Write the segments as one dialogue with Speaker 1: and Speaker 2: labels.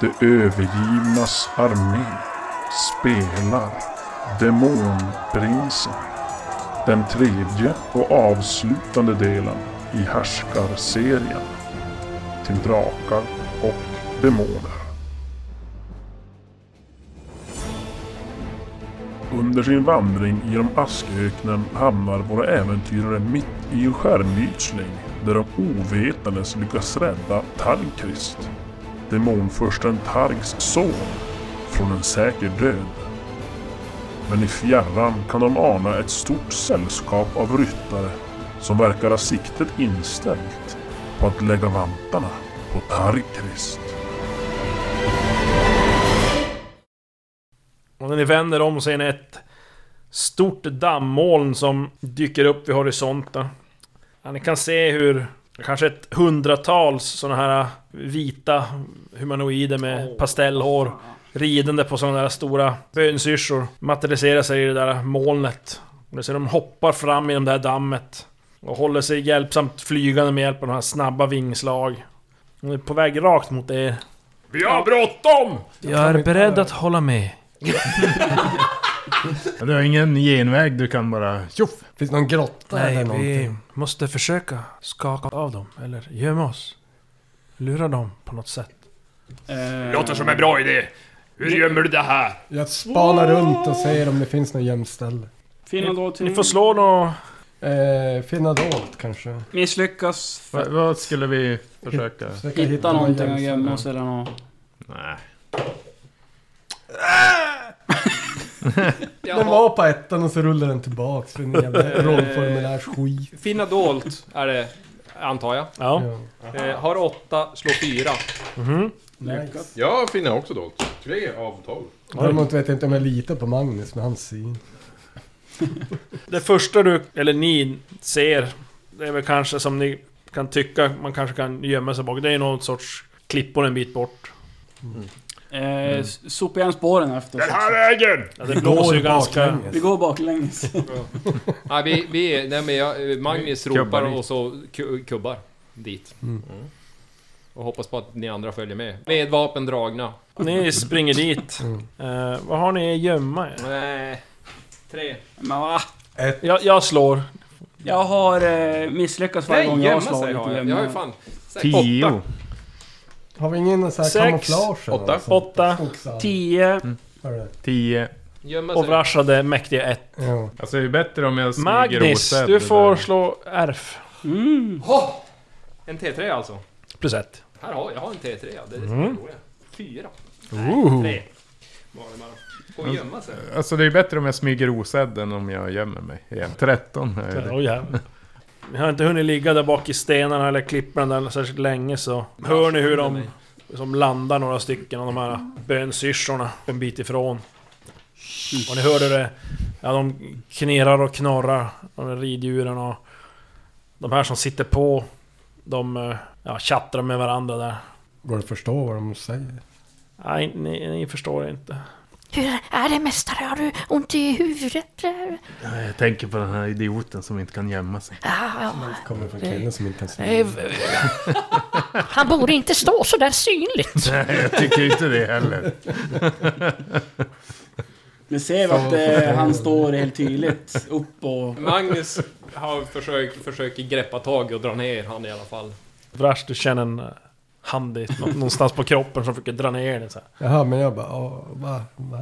Speaker 1: Det övergivnas armé spelar Demonprinsen. Den tredje och avslutande delen i Härskarserien. Till drakar och demoner. Under sin vandring genom asköknen hamnar våra äventyrare mitt i en skärmytsling där de ovetandes lyckas rädda Targkrist, demonfursten Targs son, från en säker död. Men i fjärran kan de ana ett stort sällskap av ryttare som verkar ha siktet inställt på att lägga vantarna på Targkrist.
Speaker 2: Och när ni vänder om ser ni ett stort dammoln som dyker upp vid horisonten. Ja, ni kan se hur kanske ett hundratals sådana här vita humanoider med pastellhår ridande på sådana där stora bönsyrsor materialiserar sig i det där molnet. Och ni ser de hoppar fram genom det här dammet och håller sig hjälpsamt flygande med hjälp av de här snabba vingslag. Och ni är på väg rakt mot er.
Speaker 1: Vi har bråttom!
Speaker 2: Jag är beredd att hålla med.
Speaker 3: Du har ingen genväg, du kan bara tjoff!
Speaker 4: Finns det någon grotta eller
Speaker 2: Nej,
Speaker 4: någonting?
Speaker 2: vi måste försöka skaka av dem, eller gömma oss. Lura dem på något sätt.
Speaker 5: Eh,
Speaker 1: Låter som en bra idé. Hur gömmer du det här?
Speaker 4: Jag spanar runt och ser om det finns något gömställe.
Speaker 5: Finna då till...
Speaker 2: Ni får slå nå...
Speaker 4: Eh, finna dolt kanske.
Speaker 5: Misslyckas.
Speaker 3: Va, vad skulle vi försöka?
Speaker 4: Försöka
Speaker 5: Hitta
Speaker 4: någon
Speaker 5: någonting och
Speaker 4: gömställe.
Speaker 5: gömma oss eller något.
Speaker 3: Nej.
Speaker 4: Den var på ettan och så rullade den tillbaks för en jävla rollformulärsskit.
Speaker 6: Finna dolt är det, antar jag.
Speaker 2: Ja. Mhm.
Speaker 4: Ja.
Speaker 6: Eh, har åtta, slå fyra.
Speaker 4: Nice.
Speaker 7: Jag finner också dolt. Tre av tolv.
Speaker 4: Däremot vet jag inte om jag litar på Magnus med hans syn.
Speaker 2: Det första du, eller ni, ser, det är väl kanske som ni kan tycka man kanske kan gömma sig bak. Det är någon sorts klippor en bit bort.
Speaker 5: Eh,
Speaker 6: Mm.
Speaker 5: s- Sopa igen spåren efter.
Speaker 1: Den här vägen!
Speaker 2: Ja, det blåser ju ganska...
Speaker 5: Vi går baklänges.
Speaker 6: Nej, vi, vi, nej, men jag, Magnus
Speaker 3: Kubbar
Speaker 6: ropar
Speaker 3: dit.
Speaker 6: och så ku- kubbar dit. Mm. Och hoppas på att ni andra följer med. Med vapen dragna.
Speaker 2: Ni springer dit. Eh, vad har ni att gömma er?
Speaker 6: Nej. Tre.
Speaker 5: Men va?
Speaker 2: Jag, jag slår.
Speaker 5: Jag har eh, misslyckats varje gång
Speaker 6: Nej,
Speaker 5: jag har
Speaker 6: gömma sig
Speaker 5: slagit.
Speaker 6: har jag.
Speaker 5: Gömma.
Speaker 6: Jag har ju fan... Sex.
Speaker 3: Tio!
Speaker 4: Har vi ingen sån här
Speaker 2: Sex,
Speaker 4: kamouflage? eller
Speaker 7: åtta,
Speaker 4: något sånt?
Speaker 2: Åtta
Speaker 4: Skogsall.
Speaker 5: Tio.
Speaker 2: Mm.
Speaker 4: Vad är det?
Speaker 3: Tio!
Speaker 6: Gömma sig.
Speaker 2: overraschade mäktiga ett.
Speaker 4: Ja.
Speaker 3: Alltså det är bättre om jag smyger
Speaker 2: Magnus,
Speaker 3: osedd
Speaker 2: du får
Speaker 3: där.
Speaker 2: slå RF.
Speaker 5: Mm.
Speaker 6: En T3 alltså.
Speaker 2: Plus ett.
Speaker 6: Här har jag, jag har en T3. ja. Det är det som
Speaker 3: Mm.
Speaker 6: är roliga. Fyra. Nej, tre. Bara, bara. Och gömma sig.
Speaker 3: Alltså det är bättre om jag smyger osedd än om jag gömmer mig. Igen. 13 är det.
Speaker 2: Oh, jävlar. Ni har inte hunnit ligga där bak i stenarna eller klipporna där särskilt länge så hör ni hur de som landar några stycken av de här bönsyrsorna en bit ifrån. Och ni hörde det? Ja, de knirrar och knorrar, de där riddjuren och de här som sitter på, de eh, ja, tjattrar med varandra där.
Speaker 4: Går det att förstå vad de säger?
Speaker 2: Nej, ni, ni förstår inte.
Speaker 8: Hur är det mästare? Har du ont i huvudet? eller?
Speaker 3: Jag tänker på den här idioten som inte kan gömma sig.
Speaker 8: Ah, ja.
Speaker 4: Kommer från kvinnor som inte ens
Speaker 8: Eh, Han borde inte stå så där
Speaker 2: Alltså.
Speaker 8: synligt.
Speaker 3: Nej, jag tycker inte det heller.
Speaker 5: Ni ser att eh, han står helt tydligt upp och...
Speaker 6: Magnus har försökt, försöker greppa tag och dra ner han i alla fall.
Speaker 2: Vrash, du känner en eh, hand i, nå- någonstans på kroppen som försöker dra ner den så här.
Speaker 4: Jaha, men jag bara, ja, va? va?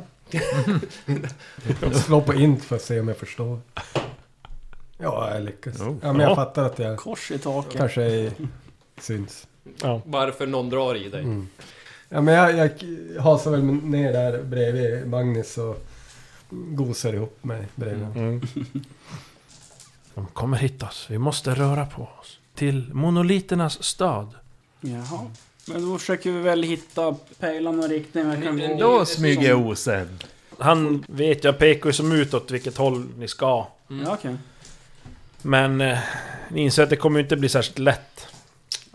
Speaker 4: jag slår på int för att se om jag förstår. Ja, jag lyckas.
Speaker 3: Oh.
Speaker 4: Ja, men jag fattar att jag
Speaker 5: Kors i taket.
Speaker 4: kanske är, syns.
Speaker 2: Ja.
Speaker 6: Varför någon drar i dig.
Speaker 4: Mm. Ja, men jag, jag hasar väl ner där bredvid Magnus och gosar ihop mig bredvid.
Speaker 2: De kommer hitta oss. Vi måste röra på oss. Till monoliternas stad.
Speaker 5: Jaha. Men då försöker vi väl hitta pejlan och riktning. men Jag kan gå.
Speaker 3: Mm, Då smyger jag osedd.
Speaker 2: Han vet, jag pekar ju som utåt vilket håll ni ska.
Speaker 5: Ja, okej.
Speaker 2: Men eh, ni inser att det kommer ju inte bli särskilt lätt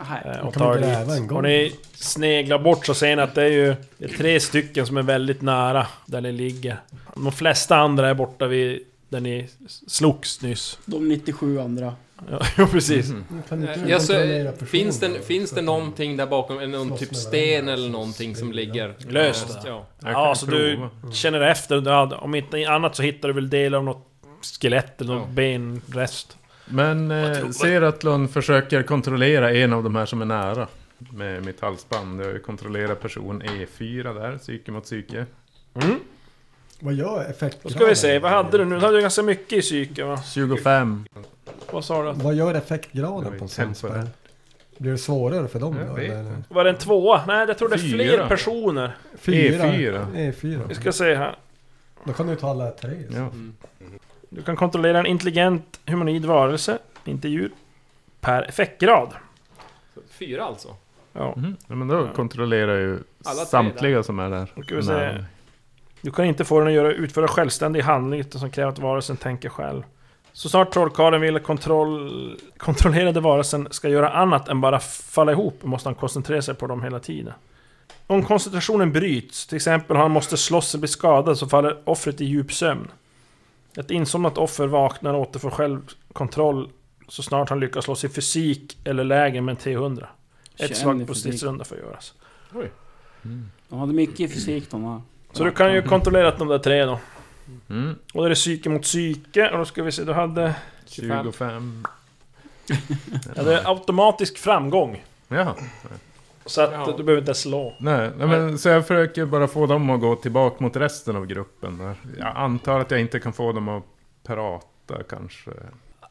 Speaker 5: Okay.
Speaker 2: eh, att
Speaker 4: kan
Speaker 2: ta
Speaker 4: väl
Speaker 2: er
Speaker 4: gräva en
Speaker 2: dit.
Speaker 4: gång.
Speaker 2: Och ni sneglar bort så ser ni att det är ju det är tre stycken som är väldigt nära där ni ligger. De flesta andra är borta vid Där ni slogs nyss.
Speaker 5: De 97 andra.
Speaker 2: Ja, jo, precis.
Speaker 4: Kan inte
Speaker 6: Ja, så,
Speaker 4: Mm. kontrollera
Speaker 6: finns,
Speaker 4: personer?
Speaker 6: det, finns det någonting där bakom? En- Någon
Speaker 4: Slåss
Speaker 6: typ
Speaker 4: med
Speaker 6: sten
Speaker 4: varandra.
Speaker 6: eller någonting som ligger
Speaker 2: Löst.
Speaker 6: Ja.
Speaker 3: Jag
Speaker 2: Ja,
Speaker 3: kan
Speaker 2: så du
Speaker 3: prova.
Speaker 4: Mm.
Speaker 2: känner efter. Ja, Om inte annat så hittar du väl delar av något skelett eller något
Speaker 6: Ja.
Speaker 2: benrest.
Speaker 3: Men eh, ser att Lund försöker kontrollera en av de här som är nära. Med mitt halsband. Jag kontrollerar person E4 där, psyke mot psyke.
Speaker 2: Mm.
Speaker 4: Vad gör effektgraden?
Speaker 2: Då ska vi se, vad hade du nu? Du hade ju ganska mycket i psyke va?
Speaker 3: 25.
Speaker 2: Vad sa du?
Speaker 4: Vad gör
Speaker 3: Jag
Speaker 4: effektgraden
Speaker 3: är
Speaker 4: på en sån
Speaker 3: tempo där.
Speaker 4: spel? Blir det svårare för dem
Speaker 3: Jag
Speaker 4: då?
Speaker 3: vet
Speaker 4: Eller?
Speaker 2: Var det en tvåa? Nej, jag tror det är fler
Speaker 3: Fyra.
Speaker 2: personer.
Speaker 3: E4.
Speaker 4: E4.
Speaker 2: Vi ska se här.
Speaker 4: E Då kan du ta alla tre.
Speaker 3: Ja.
Speaker 2: Du kan kontrollera en intelligent humanoid varelse, inte djur, per effektgrad.
Speaker 6: Fyra alltså?
Speaker 2: Ja.
Speaker 3: Mhm. Ja, men då kontrollerar jag ju
Speaker 6: Alla tre
Speaker 3: samtliga som är där.
Speaker 2: Då ska vi
Speaker 3: Nej.
Speaker 2: se. Du kan inte få den att göra, utföra självständig handling utan som kräver att varelsen tänker själv. Så snart trollkarlen vill att kontroll, kontrollerade varelsen ska göra annat än bara falla ihop måste han koncentrera sig på dem hela tiden. Om koncentrationen bryts, till exempel om han måste slåss eller bli skadad, så faller offret i djup sömn. Ett insomnat offer vaknar och återfår självkontroll så snart han lyckas slå sig i fysik eller läge med en T100.
Speaker 5: Känn
Speaker 2: Ett
Speaker 5: i
Speaker 2: slag på
Speaker 5: fysik.
Speaker 2: stridsrunda får göras.
Speaker 5: De hade mycket i fysik de här.
Speaker 2: Så du kan ju kontrollera de där tre då.
Speaker 3: Mm.
Speaker 2: Och då är det psyke mot psyke, och då ska vi se, du hade...
Speaker 3: 25.
Speaker 2: Ja, det är automatisk framgång.
Speaker 3: Ja.
Speaker 2: Så att
Speaker 6: Ja.
Speaker 2: du behöver inte ens slå.
Speaker 3: Nej, nej, men så jag försöker bara få dem att gå tillbaka mot resten av gruppen. Där. Jag antar att jag inte kan få dem att prata kanske.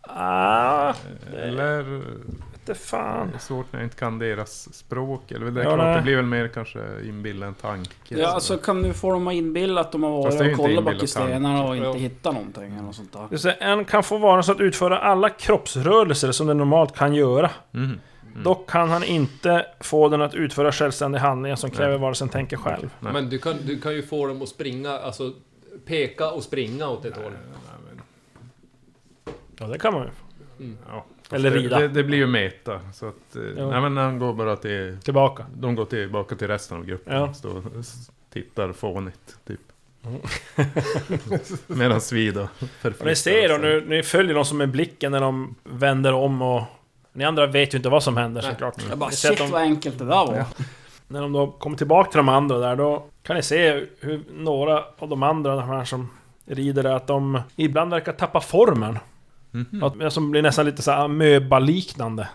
Speaker 2: Ah,
Speaker 3: Eller
Speaker 2: inte
Speaker 3: det
Speaker 2: fan.
Speaker 3: är svårt när jag inte kan deras språk. Eller det, är
Speaker 2: Ja,
Speaker 3: klart,
Speaker 2: nej.
Speaker 3: det blir väl mer kanske inbilla en tanke.
Speaker 5: Ja, alltså kan du få dem att inbilla att de har
Speaker 3: Fast det är
Speaker 5: varit
Speaker 3: ju
Speaker 5: och
Speaker 3: inte
Speaker 5: kollat bak i
Speaker 3: inbillat han.
Speaker 5: stenarna och inte
Speaker 6: Jo.
Speaker 5: hittat någonting eller något sånt där.
Speaker 2: Du säger, en kan få varan så att utföra alla kroppsrörelser som den normalt kan göra.
Speaker 3: Mm.
Speaker 2: Dock kan han inte få den att utföra självständiga handlingar som kräver varelsen tänker själv.
Speaker 3: Nej.
Speaker 6: Men du kan, du kan ju få dem att springa, alltså peka och springa åt ett håll.
Speaker 2: Ja, det kan man ju.
Speaker 3: Ja.
Speaker 2: Eller rida.
Speaker 3: Det, det, det blir ju meta. Så att, eh,
Speaker 2: Ja.
Speaker 3: nej, men han går bara till...
Speaker 2: Tillbaka.
Speaker 3: De går tillbaka till resten av gruppen.
Speaker 2: Ja. Mm.
Speaker 3: Står och s- tittar fånigt, typ. Medan vi då
Speaker 2: Och
Speaker 3: förflyttar
Speaker 2: ni ser då,
Speaker 3: oss.
Speaker 2: nu, ni följer dem som med blicken när de vänder om och... Ni andra vet ju inte vad som händer
Speaker 6: Nej.
Speaker 2: såklart.
Speaker 5: Jag bara
Speaker 2: Ni ser att
Speaker 5: shit
Speaker 2: de-
Speaker 5: vad enkelt det där var.
Speaker 2: När de då kommer tillbaka till de andra där, då kan ni se hur några av de andra, de här som rider där, att de ibland verkar tappa formen. Att, men som blir nästan lite så här amöba-liknande.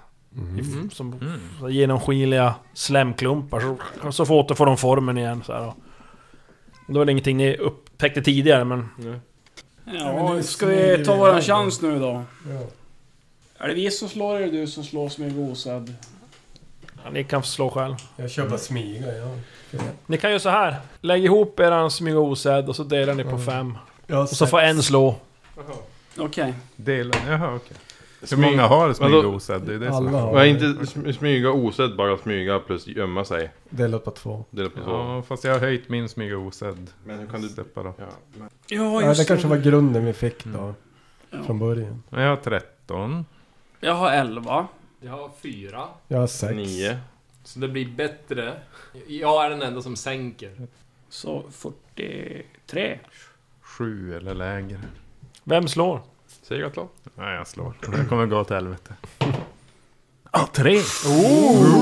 Speaker 2: I- Som så här genomskinliga slemklumpar. Så, så får- återfår de formen igen. Så här. då. Det var väl ingenting ni upptäckte tidigare, men...
Speaker 4: men
Speaker 5: Ja,
Speaker 4: det
Speaker 5: ska
Speaker 4: smyger
Speaker 5: vi ta
Speaker 4: vi
Speaker 5: våran
Speaker 4: här.
Speaker 5: chans nu då?
Speaker 4: Ja.
Speaker 5: Är det vi som slår eller du som slår som är osedd?
Speaker 2: Ja, ni kan slå själv.
Speaker 4: Jag kör bara smyga, ja.
Speaker 2: Ni kan ju så här. Lägg ihop eran smyg och osedd och så delar ni på fem.
Speaker 4: Jag
Speaker 2: Och så får en slå.
Speaker 5: Okej.
Speaker 3: Dela, jaha okej. Hur många har
Speaker 7: Vadå?
Speaker 3: smygosedd? Det är det som
Speaker 4: Alla
Speaker 7: Men
Speaker 4: har
Speaker 7: inte sm- smyga osedd, bara smyga plus gömma sig.
Speaker 4: delat på två.
Speaker 7: Dela på två.
Speaker 3: Ja, fast jag har höjt min smygosedd.
Speaker 7: Men hur kan du...
Speaker 3: Separat.
Speaker 7: Ja.
Speaker 5: Ja,
Speaker 4: Ja,
Speaker 5: just
Speaker 4: det kanske var
Speaker 5: det.
Speaker 4: grunden vi fick då.
Speaker 2: Mm.
Speaker 5: Ja.
Speaker 4: Från början.
Speaker 3: Men jag har 13.
Speaker 5: Jag har 11.
Speaker 6: Jag har fyra.
Speaker 4: Jag har sex.
Speaker 7: Nio.
Speaker 6: Så det blir bättre. Jag är den enda som sänker.
Speaker 5: Så 43.
Speaker 3: 7 eller lägre.
Speaker 2: Vem slår?
Speaker 7: Säg Gatlan.
Speaker 3: Nej, jag slår. Det här kommer gå åt helvete. Ah, tre!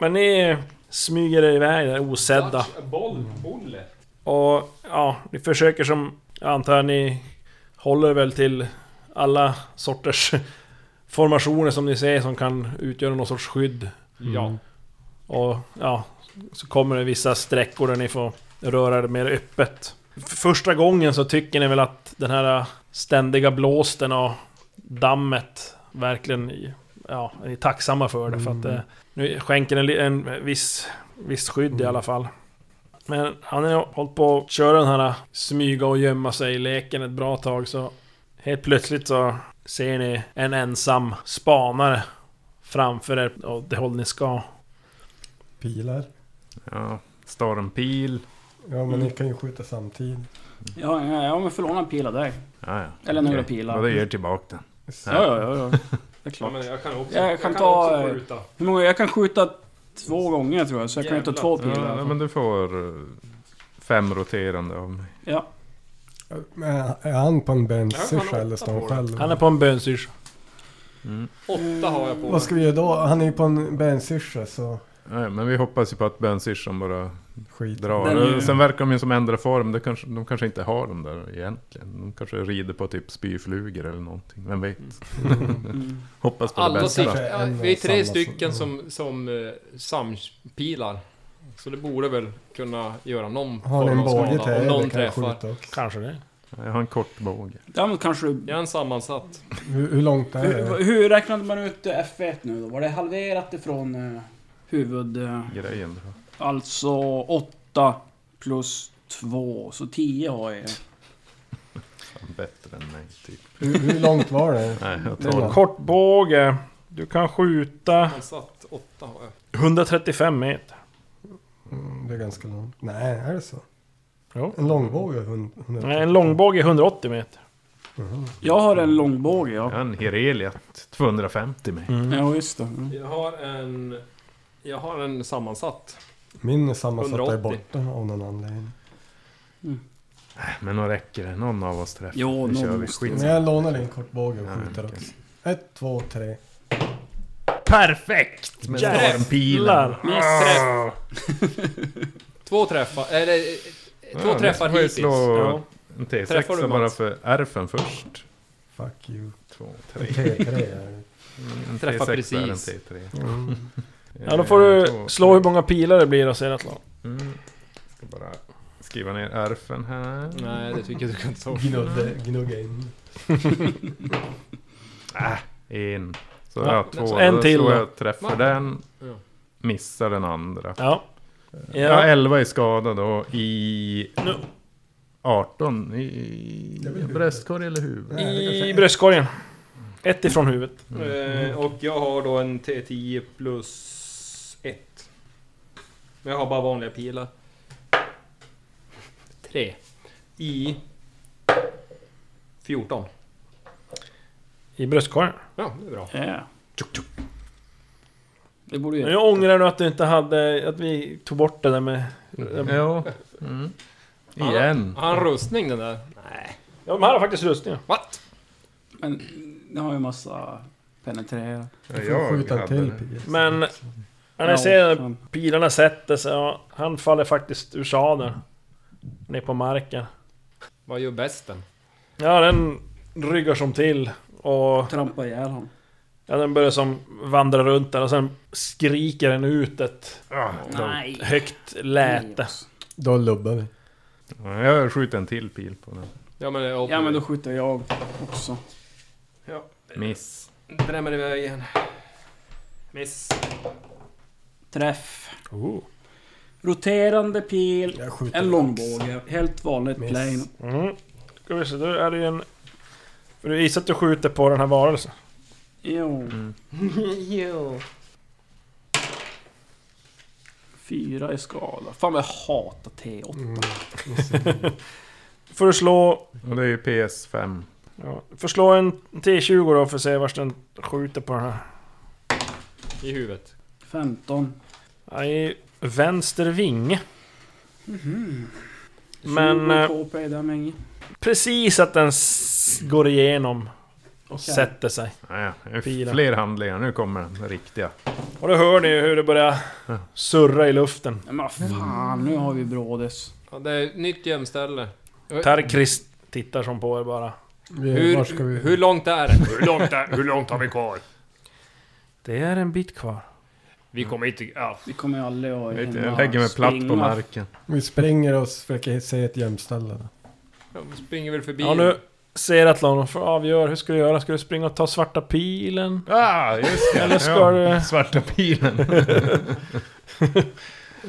Speaker 2: Men ni smyger er iväg där osedda.
Speaker 6: Touch a Boll, bolle.
Speaker 2: Och ja, ni försöker som... Jag antar ni håller väl till alla sorters formationer som ni ser som kan utgöra någon sorts skydd.
Speaker 6: Mm. Ja.
Speaker 2: Och ja, så kommer det vissa sträckor där ni får röra er mer öppet. F- Första gången så tycker ni väl att den här ständiga blåsten och dammet verkligen... Ja, ni är tacksamma för det för att det nu skänker en, li- en viss, viss skydd i alla fall. Men han har hållit på att köra den här eh, smyga och gömma sig i leken ett bra tag så helt plötsligt så ser ni en ensam spanare framför er åt det håll ni ska.
Speaker 4: Pilar.
Speaker 3: Ja, stormpil.
Speaker 4: Ja, men
Speaker 2: Mm.
Speaker 4: ni kan ju skjuta samtidigt.
Speaker 5: Ja, ja, ja men förlåna en pil av dig.
Speaker 3: Ja, ja.
Speaker 5: Eller några
Speaker 3: Okej.
Speaker 5: pilar.
Speaker 3: Och det ger tillbaka den.
Speaker 5: Ja, ja, ja. ja. Det
Speaker 6: Ja,
Speaker 5: är klart.
Speaker 6: men jag kan också,
Speaker 5: Jag kan
Speaker 6: kan
Speaker 5: ta,
Speaker 6: också
Speaker 5: eh,
Speaker 6: skjuta.
Speaker 5: Hur många? Jag kan skjuta två gånger tror jag, så jag kan ju ta
Speaker 6: Jävlar.
Speaker 5: två
Speaker 3: Ja,
Speaker 5: pilar.
Speaker 3: men du får eh, fem roterande av mig.
Speaker 5: Ja.
Speaker 4: Men är han på en
Speaker 6: Ja, han
Speaker 4: bensisch
Speaker 6: har
Speaker 4: eller står
Speaker 6: åtta
Speaker 4: han
Speaker 6: på
Speaker 4: själv?
Speaker 2: Han är på en bönsyrsa.
Speaker 3: Mm.
Speaker 6: Åtta har jag på
Speaker 4: Vad ska vi göra då? Han är ju på en bensyrsa så
Speaker 3: Nej, men vi hoppas ju på att bönsyrsan bara
Speaker 4: skit.
Speaker 3: drar. Eh,
Speaker 5: Den är ju-
Speaker 3: Sen verkar de ju som ändra form. De kanske, de kanske inte har dem där egentligen. De kanske rider på typ spyflugor eller någonting. Vem vet?
Speaker 5: Mm.
Speaker 3: Hoppas på det
Speaker 6: Alla
Speaker 3: bästa.
Speaker 6: tycker,
Speaker 4: Kanske
Speaker 6: ja,
Speaker 4: en
Speaker 6: vi är
Speaker 4: och
Speaker 6: tre
Speaker 4: samma
Speaker 6: stycken
Speaker 4: som-
Speaker 6: som, som eh, sampilar. Så det borde väl kunna göra någon
Speaker 4: Har ni
Speaker 6: form
Speaker 4: en
Speaker 6: av
Speaker 4: båge till
Speaker 6: skada om
Speaker 4: er?
Speaker 6: någon
Speaker 4: Det kan jag
Speaker 6: träffar.
Speaker 4: skjuta också.
Speaker 2: Kanske det.
Speaker 3: Jag har en kort båge.
Speaker 5: Däremot kanske du...
Speaker 6: Jag är en sammansatt.
Speaker 4: Hur, hur långt är det?
Speaker 5: Hur, hur räknade man ut eh, F1 nu då? Var det halverat ifrån eh, huvud... Eh,
Speaker 3: Grejen. då.
Speaker 5: alltså 8 plus 2, så 10 har jag.
Speaker 3: Fan, Bättre än mig typ.
Speaker 4: Hur, hur långt var det?
Speaker 3: Nej, jag
Speaker 4: Det
Speaker 3: tar
Speaker 4: var-
Speaker 3: den.
Speaker 2: Kortbåge. Du kan skjuta
Speaker 6: Sammansatt åtta har jag.
Speaker 2: 135 meter.
Speaker 4: Mm, Det är ganska långt. Nej, är det så?
Speaker 2: Jo.
Speaker 4: En långbåge är hund- hundra-
Speaker 2: Nej, en långbåge är 180 meter.
Speaker 5: Jag har en långbåge,
Speaker 3: Jag
Speaker 5: ja.
Speaker 3: har en Hireliat 250 med.
Speaker 5: Ja, just det. Mm.
Speaker 6: Jag har en... Jag har en sammansatt.
Speaker 4: Min är sammansatta är
Speaker 6: 180.
Speaker 4: borta av någon anledning.
Speaker 3: Men då räcker det. Någon av oss träffar.
Speaker 5: Jo,
Speaker 3: Nu
Speaker 5: någon
Speaker 3: kör vi.
Speaker 5: måste-
Speaker 4: Men
Speaker 3: Skitsamma.
Speaker 4: jag lånar din kortbåge och
Speaker 3: Ja,
Speaker 4: skjuter
Speaker 3: okej.
Speaker 4: också. Ett, två, tre.
Speaker 2: Perfekt!
Speaker 3: Med
Speaker 2: Jävlar.
Speaker 3: stormpilen.
Speaker 6: Missträff! två träffar, eller... eh, Två
Speaker 3: Ja,
Speaker 6: träffar
Speaker 3: nu får jag
Speaker 6: hittills.
Speaker 3: slå
Speaker 6: Ja.
Speaker 3: En
Speaker 6: Träffar du
Speaker 3: T6 bara
Speaker 6: Mats?
Speaker 3: för ärfen först.
Speaker 4: Fuck you.
Speaker 3: Två, tre.
Speaker 4: T3 är det.
Speaker 3: En
Speaker 6: Träffa
Speaker 3: T6
Speaker 6: precis.
Speaker 3: är en Eh, T3.
Speaker 4: Mm.
Speaker 2: Ja, Eh, då får du slå hur många pilar det blir och se att
Speaker 3: Mm. Ska bara skriva ner ärfen här.
Speaker 6: Nej, det tycker jag du kan ta.
Speaker 4: Gnudde, gnugga in.
Speaker 3: En. Så
Speaker 2: Ja,
Speaker 3: jag har två.
Speaker 2: så en
Speaker 3: Då
Speaker 2: till
Speaker 3: slår
Speaker 2: då.
Speaker 3: Jag träffar
Speaker 6: Ja.
Speaker 3: den.
Speaker 6: Ja.
Speaker 3: Missar den andra.
Speaker 2: Ja.
Speaker 3: Jag har
Speaker 2: ja.
Speaker 3: 11 i skada då i...
Speaker 2: Nu.
Speaker 3: 18 i bröstkorg eller huvud.
Speaker 2: I bröstkorgen. Ett ifrån huvudet.
Speaker 6: Eh, och jag har då en T10 plus 1. Men jag har bara vanliga pilar. 3. I... 14.
Speaker 2: I bröstkorgen.
Speaker 6: Ja, det är bra.
Speaker 5: Ja. Det borde ju...
Speaker 2: Nu ångrar du att du inte hade... Att vi tog bort det där med...
Speaker 3: Ja. Mm. Igen.
Speaker 6: Har han rustning den där?
Speaker 2: Ja, de här har faktiskt rustningar.
Speaker 6: What?
Speaker 5: Men det har ju massa penetrerat.
Speaker 4: Du får skjuta en
Speaker 3: hade
Speaker 4: till
Speaker 3: det.
Speaker 4: pil.
Speaker 2: Men... När ni ser att pilarna sätter sig och han faller faktiskt ur sadeln. Ner på marken.
Speaker 6: Vad gör bästen?
Speaker 2: Ja, den ryggar som till. Och
Speaker 5: Trampa ihjäl honom.
Speaker 2: ja, den börjar som vandra runt där och sen skriker den ut ett
Speaker 5: Nej.
Speaker 2: högt läte.
Speaker 4: Då lubbar vi.
Speaker 3: Ja, Jag skjuter en till pil på den.
Speaker 6: Ja men, jag
Speaker 5: Ja men då skjuter jag också.
Speaker 3: Miss.
Speaker 6: drämmer iväg igen. Miss.
Speaker 5: Träff.
Speaker 3: Oh.
Speaker 5: Roterande pil.
Speaker 4: Jag skjuter.
Speaker 5: En långbåge. Helt vanligt
Speaker 4: Miss.
Speaker 5: plain.
Speaker 2: Mm. Ska vi se, då är det ju en... För du gissar att du skjuter på den här varelsen?
Speaker 5: Jo.
Speaker 3: Mm.
Speaker 5: Fyra i skada. Fan vad jag hatar T8.
Speaker 4: Mm,
Speaker 2: Får du slå...
Speaker 3: Och det är ju PS5.
Speaker 2: Ja, får slå en T20 då för att se vart den skjuter på den här.
Speaker 6: I huvudet.
Speaker 5: 15.
Speaker 2: Ja, I vänster vinge. Men... Eh,
Speaker 5: 20 KP där mängd.
Speaker 2: precis att den s- går igenom och sätter sig.
Speaker 3: Ja, det är
Speaker 2: Pilen.
Speaker 3: fler handlingar. Nu kommer den riktiga.
Speaker 2: Och då hör ni ju hur det börjar surra i luften.
Speaker 5: Men vad fan, nu har vi brådis.
Speaker 6: Ja, det är nytt gömställe.
Speaker 2: Tarkrist tittar som på er bara.
Speaker 4: Vi, var ska vi?
Speaker 6: Hur, hur långt är det? Hur långt, är, hur långt har vi kvar?
Speaker 2: Det är en bit kvar.
Speaker 6: Vi kommer inte... Ja,
Speaker 5: Vi kommer ju aldrig att
Speaker 3: Jag vet inte,
Speaker 5: hinna
Speaker 3: jag lägger mig platt
Speaker 5: springa.
Speaker 3: på marken.
Speaker 4: vi springer och försöker se ett gömställe. då.
Speaker 6: vi springer väl förbi.
Speaker 2: Ja nu ser Atlon och får avgöra hur ska du göra? Ska du springa och ta svarta pilen?
Speaker 3: Ah, just det.
Speaker 2: Eller ska du-
Speaker 3: Svarta pilen.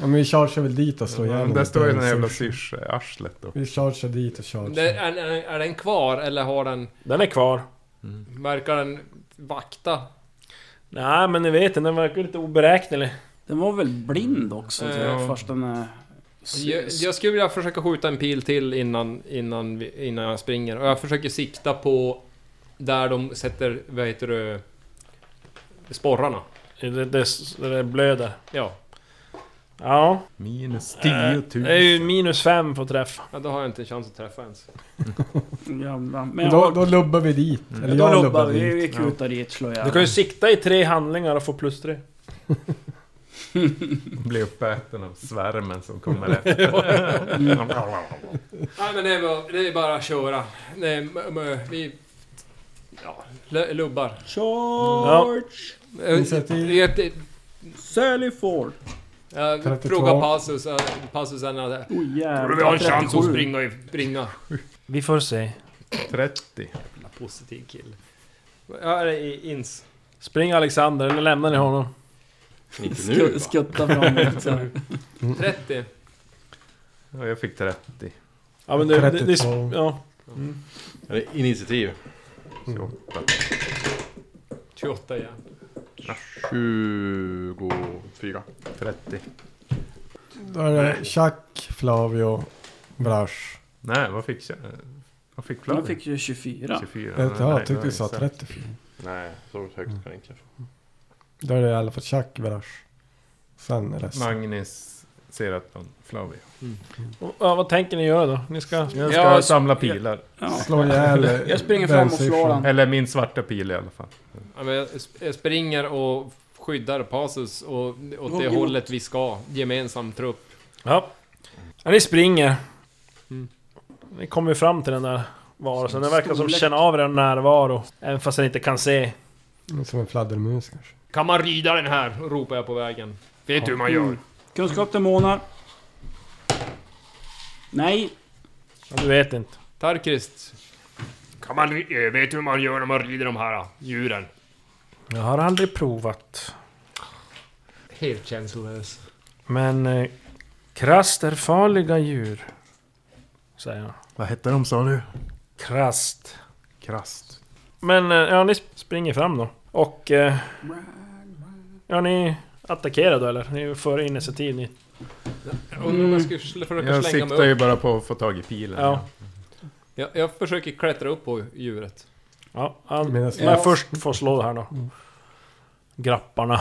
Speaker 4: Ja, men vi chargear väl dit och slår ihjäl
Speaker 3: Där
Speaker 4: honom.
Speaker 3: står ju den här jävla syrsaarslet då.
Speaker 4: Vi chargear dit och chargear.
Speaker 6: Det, är, är, är den kvar eller har den...
Speaker 2: Den är kvar.
Speaker 6: Verkar den vakta?
Speaker 2: Nej men ni vet den, den verkar lite oberäknelig.
Speaker 5: Den var väl blind också tror jag,
Speaker 6: Mm. Ja.
Speaker 5: först den är...
Speaker 6: Jag, jag skulle vilja försöka skjuta en pil till innan, innan, vi, innan jag springer. Och jag försöker sikta på där de sätter, vad heter det, sporrarna.
Speaker 2: Det, det, det blöder.
Speaker 6: Ja.
Speaker 2: Ja, Eh,
Speaker 3: Minus
Speaker 5: Äh.
Speaker 2: det är ju minus fem på träff.
Speaker 6: Ja, då har jag inte en chans att träffa ens.
Speaker 5: Jävlar. Men
Speaker 4: Men
Speaker 5: jag,
Speaker 4: då, då lubbar vi dit.
Speaker 3: Mm.
Speaker 4: Eller
Speaker 5: då
Speaker 4: jag lubbar
Speaker 5: lubbar vi.
Speaker 4: dit.
Speaker 5: Vi kutar dit, slår
Speaker 2: Du
Speaker 5: ihjäl.
Speaker 2: kan ju sikta i tre handlingar och få plus tre.
Speaker 3: Blir uppäten av svärmen som kommer efter.
Speaker 6: Nej men det är bara, det är bara att köra. Det är, m- m- vi... Ja, l- lubbar.
Speaker 5: Charge!
Speaker 4: Initiativ.
Speaker 6: Eh, Jag, jag,
Speaker 5: Sally Ford!
Speaker 6: jag
Speaker 4: 32.
Speaker 6: frågar passus, eh, passusen att...
Speaker 5: Oh jävlar.
Speaker 6: Vi har en chans att
Speaker 5: 37.
Speaker 6: springa, i- springa.
Speaker 2: Vi får se.
Speaker 3: 30.
Speaker 6: Jävla positiv kille. Ja, det är ins.
Speaker 2: Spring Alexander, eller lämnar ni honom?
Speaker 7: Inte nu
Speaker 5: Sku-
Speaker 7: va?
Speaker 5: Skutta framåt. så här.
Speaker 6: 30.
Speaker 3: Ja, jag fick 30.
Speaker 2: Ja men det... det, det,
Speaker 4: 32.
Speaker 2: ja.
Speaker 7: Är det initiativ?
Speaker 3: 28.
Speaker 6: 28 igen.
Speaker 7: 24.
Speaker 3: 30.
Speaker 4: Då är det Chuck, Flavio, Brash.
Speaker 3: Nej, vad fick jag? Vad fick Flavio?
Speaker 5: Jag fick ju 24.
Speaker 3: 24.
Speaker 4: Ja,
Speaker 3: Nej,
Speaker 4: jag tyckte
Speaker 3: nej,
Speaker 4: du sa
Speaker 3: så-
Speaker 4: 34.
Speaker 7: Nej, så högt kan jag inte.
Speaker 4: Då är det i alla fall Chuck, Brash. Sen är det resten.
Speaker 3: Magnus ser att man Flavio.
Speaker 2: Och, ja. Vad tänker ni göra då? Ni ska...
Speaker 3: Jag ska
Speaker 5: ska s-
Speaker 3: samla pilar.
Speaker 5: Ja.
Speaker 4: Slå ihjäl
Speaker 5: Jag springer fram och slår
Speaker 4: Bensiffran.
Speaker 5: han.
Speaker 3: Eller min svarta pil i alla fall.
Speaker 6: Ja, men jag, sp- jag springer och skyddar passus och åt det
Speaker 5: jo.
Speaker 6: hållet vi ska. Gemensam trupp.
Speaker 2: Ja. ja ni springer.
Speaker 6: Mm.
Speaker 2: Ni kommer ju fram till den där varelsen. Den verkar som
Speaker 5: storlek.
Speaker 2: känna av er närvaro. Även fast den inte kan se.
Speaker 4: Som en fladdermus kanske.
Speaker 6: Kan man rida den här? Ropar jag på vägen. Vet du hur man gör?
Speaker 5: Mm. Kunskap demoner. Nej,
Speaker 2: Ja, du vet inte.
Speaker 6: Tarkrist. Kan man, ri- eh, vet du hur man gör när man rider de här ah, djuren?
Speaker 2: Jag har aldrig provat.
Speaker 6: Helt känslolös.
Speaker 2: Men... Eh, krast är farliga djur. Säger han.
Speaker 3: Vad hette de sa du?
Speaker 2: Krast.
Speaker 3: Krast.
Speaker 2: Men eh, ja, ni sp- springer fram då. Och... Eh, ja, ni attackerar då eller? Ni för initiativ ni.
Speaker 6: Jag Undrar om jag skulle sl- försöka
Speaker 3: Jag
Speaker 6: slänga
Speaker 3: siktar
Speaker 6: mig
Speaker 3: ju
Speaker 6: upp.
Speaker 3: bara på att få tag i pilen.
Speaker 2: Ja.
Speaker 6: Jag, jag försöker klättra upp på djuret.
Speaker 2: Ja, han,
Speaker 4: Medan-
Speaker 2: men jag först får slå här då.
Speaker 3: Mm.
Speaker 2: Grapparna.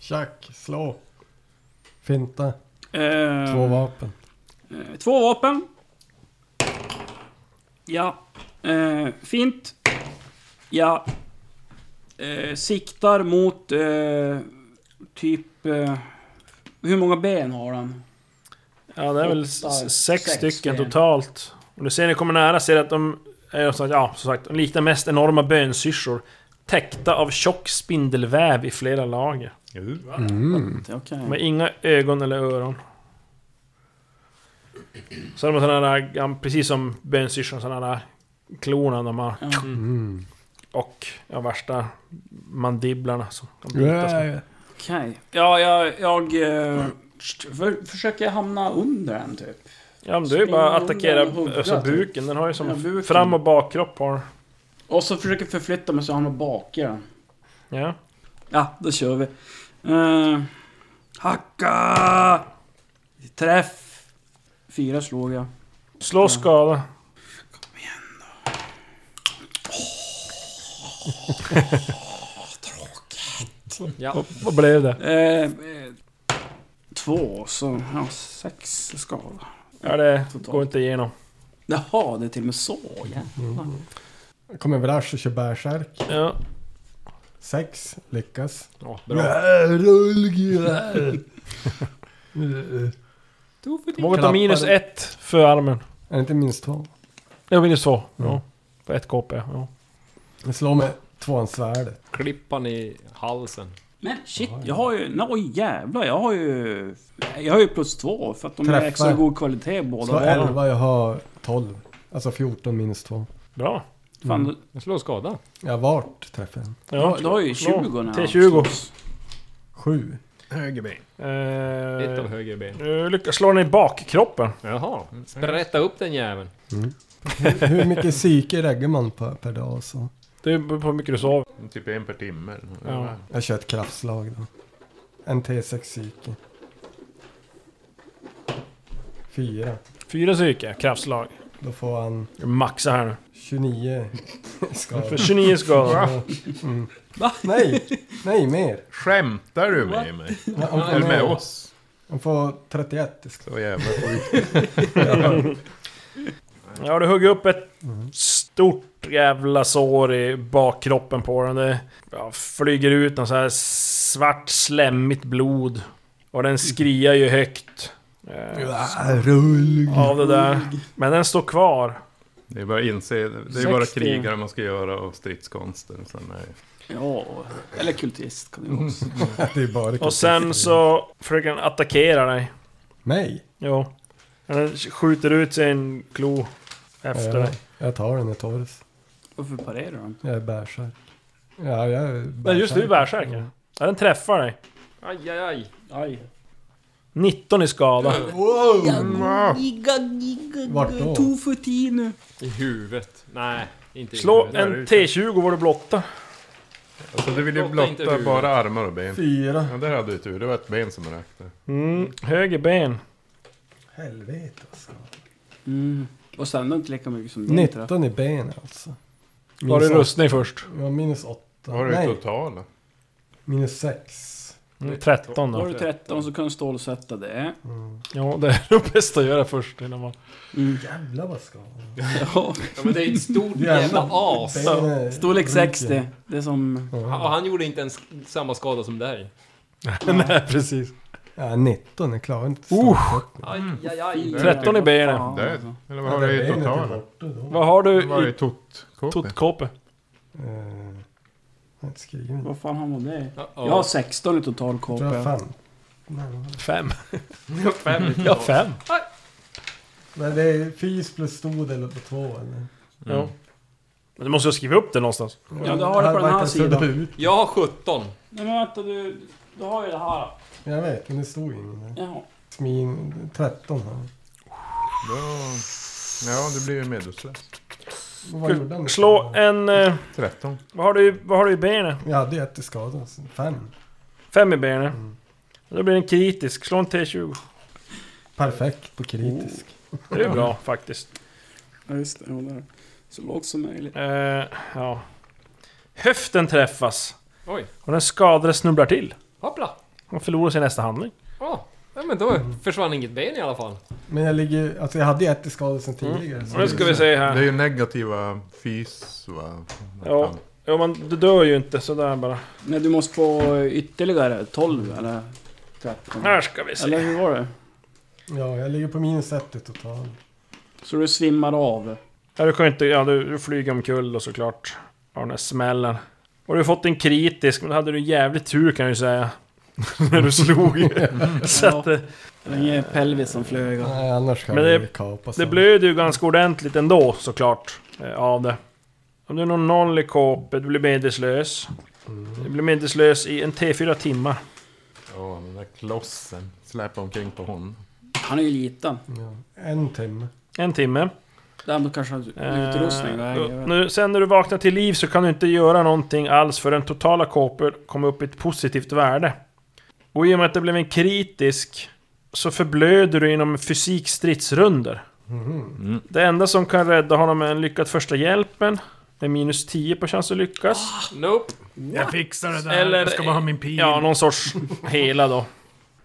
Speaker 4: Chuck, slå.
Speaker 5: Mm.
Speaker 4: Finta.
Speaker 5: Eh,
Speaker 4: Två vapen.
Speaker 5: eh, två vapen. Ja. Eh, fint. Ja. Eh, siktar mot eh, typ... Eh, hur många ben har han?
Speaker 2: Ja, det är väl
Speaker 5: Åtta,
Speaker 2: s- sex,
Speaker 5: sex
Speaker 2: stycken
Speaker 5: ben.
Speaker 2: totalt. Och du ser ni kommer nära, ser att de... Är, som sagt, ja, som sagt, de liknar mest enorma bönsyrsor. Täckta av tjock spindelväv i flera lager.
Speaker 5: Okej.
Speaker 2: Mm. Med inga ögon eller öron. Så de har sådana där, ja, precis som bönsyrsorna, sådana där klorna de har.
Speaker 5: Ja. Mm.
Speaker 2: Och ja, värsta mandiblarna som kan brytas. med.
Speaker 4: Yeah.
Speaker 5: Okej. Ja, jag... jag eh, st- för, försöker jag hamna under den typ.
Speaker 2: Ja men det är ju bara att
Speaker 5: Springa
Speaker 2: attackera
Speaker 5: och hugga,
Speaker 2: alltså,
Speaker 5: typ.
Speaker 2: buken. Den har ju som
Speaker 5: Ja, buken.
Speaker 2: fram och bakkropp har den.
Speaker 5: Och så försöker jag förflytta mig så jag hamnar bak i den.
Speaker 2: Ja.
Speaker 5: Ja, då kör vi. Eh, hacka! Träff! Fyra slog jag.
Speaker 2: Slå skada.
Speaker 6: Ja.
Speaker 2: Vad blev det?
Speaker 5: Eh, eh, två, så... Ja, sex skada.
Speaker 2: Ja det
Speaker 5: Totalt.
Speaker 2: går inte igenom.
Speaker 5: Jaha, det är till och med så ja.
Speaker 4: Kommer Vrash och kör bärsärk.
Speaker 2: Ja.
Speaker 4: Sex. Lyckas.
Speaker 6: Ja, bra.
Speaker 4: Är
Speaker 2: Vågar ta minus
Speaker 4: Klappar.
Speaker 2: ett för armen.
Speaker 4: det inte minst två?
Speaker 2: Ja minus två. Ja. På ett KP. Ja.
Speaker 4: Jag slår med tvåan svärdet.
Speaker 6: Klippan i halsen.
Speaker 5: Men shit, jag har ju... Nej, oj jävlar, jag har ju... Jag har ju plus två för att de är
Speaker 4: Träffar.
Speaker 5: extra god kvalitet båda.
Speaker 4: Slå
Speaker 5: var.
Speaker 4: elva, jag har tolv. Alltså 14 minus två.
Speaker 2: Bra.
Speaker 5: Fan,
Speaker 4: Mm.
Speaker 5: du,
Speaker 6: Jag slår skada.
Speaker 4: Ja, vart träffar jag?
Speaker 2: Ja.
Speaker 5: du har ju
Speaker 2: Slå.
Speaker 5: 20 när
Speaker 2: Till
Speaker 5: jag
Speaker 2: 20.
Speaker 5: slåss.
Speaker 4: Sju.
Speaker 3: Högerben.
Speaker 6: Ett av
Speaker 2: Eh,
Speaker 6: höger ben.
Speaker 2: nu lyckas slå den i bakkroppen.
Speaker 6: Jaha. Sprätta upp den jäveln.
Speaker 4: Hur mycket psyke lägger man på, per dag? Så?
Speaker 2: Det beror på hur mycket du sover.
Speaker 3: Typ en per timme. eller något.
Speaker 2: Ja.
Speaker 4: Jag kör ett kraftslag då. En T6 psyke. Fyra.
Speaker 2: Fyra psyke, kraftslag.
Speaker 4: Då får han
Speaker 2: Maxa här nu.
Speaker 4: 29 skador.
Speaker 2: För 29 skador.
Speaker 4: Nej, nej mer.
Speaker 3: Skämtar du med mig?
Speaker 4: Ja, om- om-
Speaker 3: Eller med oss?
Speaker 4: Han får 31 i skada.
Speaker 3: Så jävla sjukt.
Speaker 2: Ja, du hugger upp ett stort jävla sår i bakkroppen på den. Det ja, flyger ut något så här svart slemmigt blod. Och den skriar ju högt. eh,
Speaker 4: Ah, Rull.
Speaker 2: Av det där. Men den står kvar.
Speaker 3: Det är bara att inse, det är bara
Speaker 2: 60.
Speaker 3: krigare man ska göra och stridskonster. och Sen är,
Speaker 5: Ja, eller kultist kan det
Speaker 4: Mm.
Speaker 5: ju också.
Speaker 4: Det är bara
Speaker 2: Och sen så försöker den attackera dig.
Speaker 4: Mig?
Speaker 2: Jo. Den skjuter ut sin klo efter
Speaker 4: Ja,
Speaker 2: dig.
Speaker 4: jag tar den i Torres.
Speaker 5: Varför parerar han?
Speaker 4: Jag är bärsärk. Ja, jag är bärsärk.
Speaker 2: Men just det, du är bärsärk. ja. Ja, den träffar dig.
Speaker 6: Aj, aj, aj.
Speaker 5: Aj.
Speaker 2: 19 i skada.
Speaker 4: Vart då?
Speaker 5: för tid nu.
Speaker 6: I huvudet. Nej, inte i
Speaker 2: Slå
Speaker 6: huvudet.
Speaker 2: en T20 var du blotta.
Speaker 3: alltså du vill ju
Speaker 6: Blotta inte
Speaker 3: blotta
Speaker 6: huvudet.
Speaker 3: bara armar och ben.
Speaker 4: Fyra.
Speaker 3: Ja, där hade du tur. Det var ett ben som rök där.
Speaker 2: Mm, höger ben.
Speaker 4: Helvete alltså.
Speaker 5: Mm. Och sen inte lika mycket som din träff.
Speaker 4: 19 i ben alltså.
Speaker 2: Var det rustning först?
Speaker 4: Ja, minus 8.
Speaker 3: Har du
Speaker 4: Nej,
Speaker 3: totala?
Speaker 4: minus 6.
Speaker 2: Mm, 13
Speaker 5: Då har
Speaker 2: då.
Speaker 5: du 13 så kan du stålsätta det.
Speaker 2: Ja, det är det bästa att göra först innan man...
Speaker 5: Mm.
Speaker 4: Jävlar vad ska han?
Speaker 5: Ja.
Speaker 6: Ja, men det är ett stort jävla as.
Speaker 5: Storlek
Speaker 4: Mm.
Speaker 5: 60. Det är som...
Speaker 6: Och han gjorde inte ens samma skada som dig.
Speaker 2: Nej, precis.
Speaker 4: Ja, 19 är klar. Inte
Speaker 6: Aj, aj, aj.
Speaker 2: 13 i benen.
Speaker 5: Fan,
Speaker 3: Död.
Speaker 5: alltså.
Speaker 3: Eller vad har du i totala?
Speaker 2: Vad har
Speaker 3: Vad har
Speaker 2: du
Speaker 3: du i
Speaker 2: i
Speaker 3: tot? tot
Speaker 2: tottkåpe?
Speaker 4: Uh, inte skriven.
Speaker 5: Vad fan har man det?
Speaker 6: Uh-oh.
Speaker 5: Jag har 16 i total
Speaker 4: Jag
Speaker 5: KP.
Speaker 4: tror jag fan.
Speaker 2: Fem.
Speaker 6: fem.
Speaker 2: Ja, fem.
Speaker 4: Men det är fys plus stor del på två eller?
Speaker 2: Ja. Men du måste ju skriva upp det någonstans.
Speaker 5: Ja, du har det på den här sidan.
Speaker 4: Ut.
Speaker 6: Jag har 17.
Speaker 5: Nej men vänta du... Du har ju det här.
Speaker 4: Jag vet, men det stod ju ingen där.
Speaker 5: Jaha.
Speaker 4: Smin 13 här.
Speaker 3: Ja, det blir ju medelslass.
Speaker 4: Och Vad gjorde han?
Speaker 2: Slå en... Eh,
Speaker 3: 13.
Speaker 2: vad, har du, i- vad har du i benen?
Speaker 4: Jag hade ju ett i skada. så Fem.
Speaker 2: Fem i benen.
Speaker 3: Mm.
Speaker 2: Då blir den kritisk. Slå en T20.
Speaker 4: Perfekt på kritisk.
Speaker 2: Det är bra faktiskt.
Speaker 5: Ja just det, ja, där. Så lågt som möjligt.
Speaker 2: Eh, ja. Höften träffas.
Speaker 6: Oj.
Speaker 2: Och den skadade snubblar till.
Speaker 6: Hoppla.
Speaker 2: Han förlorar sin nästa handling.
Speaker 6: Ah. Ja, men då försvann inget ben i alla fall.
Speaker 4: Men jag ligger alltså jag hade ju ett i skada sen tidigare. så-
Speaker 2: Nu ska vi se
Speaker 3: Det är
Speaker 2: här.
Speaker 3: ju negativa fys va?
Speaker 2: Ja. Ja, men du dör ju inte sådär bara.
Speaker 5: Nej du måste få ytterligare 12 eller 13.
Speaker 2: Här ska vi se.
Speaker 5: Eller hur var det?
Speaker 4: Ja, jag ligger på minus ett i total.
Speaker 5: Så du svimmar av.
Speaker 2: Ja, du kan ju inte... Ja, du, du flyger omkull och såklart. Av den här smällen. Och du har fått en kritisk, men då hade du jävligt tur kan jag ju säga. När du slog. Så att, eh,
Speaker 5: Det var ingen pelvis som flög. och-
Speaker 4: Nej, annars kan
Speaker 2: Men
Speaker 4: det
Speaker 2: det-
Speaker 4: kapas.
Speaker 2: Det blöder ju ganska ordentligt ändå såklart. eh, Av det. Om du når noll i KP, du blir medvetslös. Du blir medvetslös i en T4 timmar.
Speaker 3: Ja, den där klossen. Släpa omkring på honom.
Speaker 5: Han är ju liten.
Speaker 4: Ja. En timme.
Speaker 2: En timme.
Speaker 5: Däremot kanske han har
Speaker 2: Eh,
Speaker 5: utrustning. där, jag vet.
Speaker 2: nu, sen när du vaknar till liv så kan du inte göra någonting alls för den totala KP kommer upp i ett positivt värde. Och i och med att det blev en kritisk så förblöder du inom fysik stridsrunder.
Speaker 5: Mhm.
Speaker 2: Det enda som kan rädda honom är en lyckad första hjälpen. Med minus 10 på chans att lyckas.
Speaker 6: Nope.
Speaker 9: Jag fixar det där.
Speaker 2: Eller-
Speaker 9: jag ska bara ha min pil.
Speaker 2: Ja, någon sorts hela då.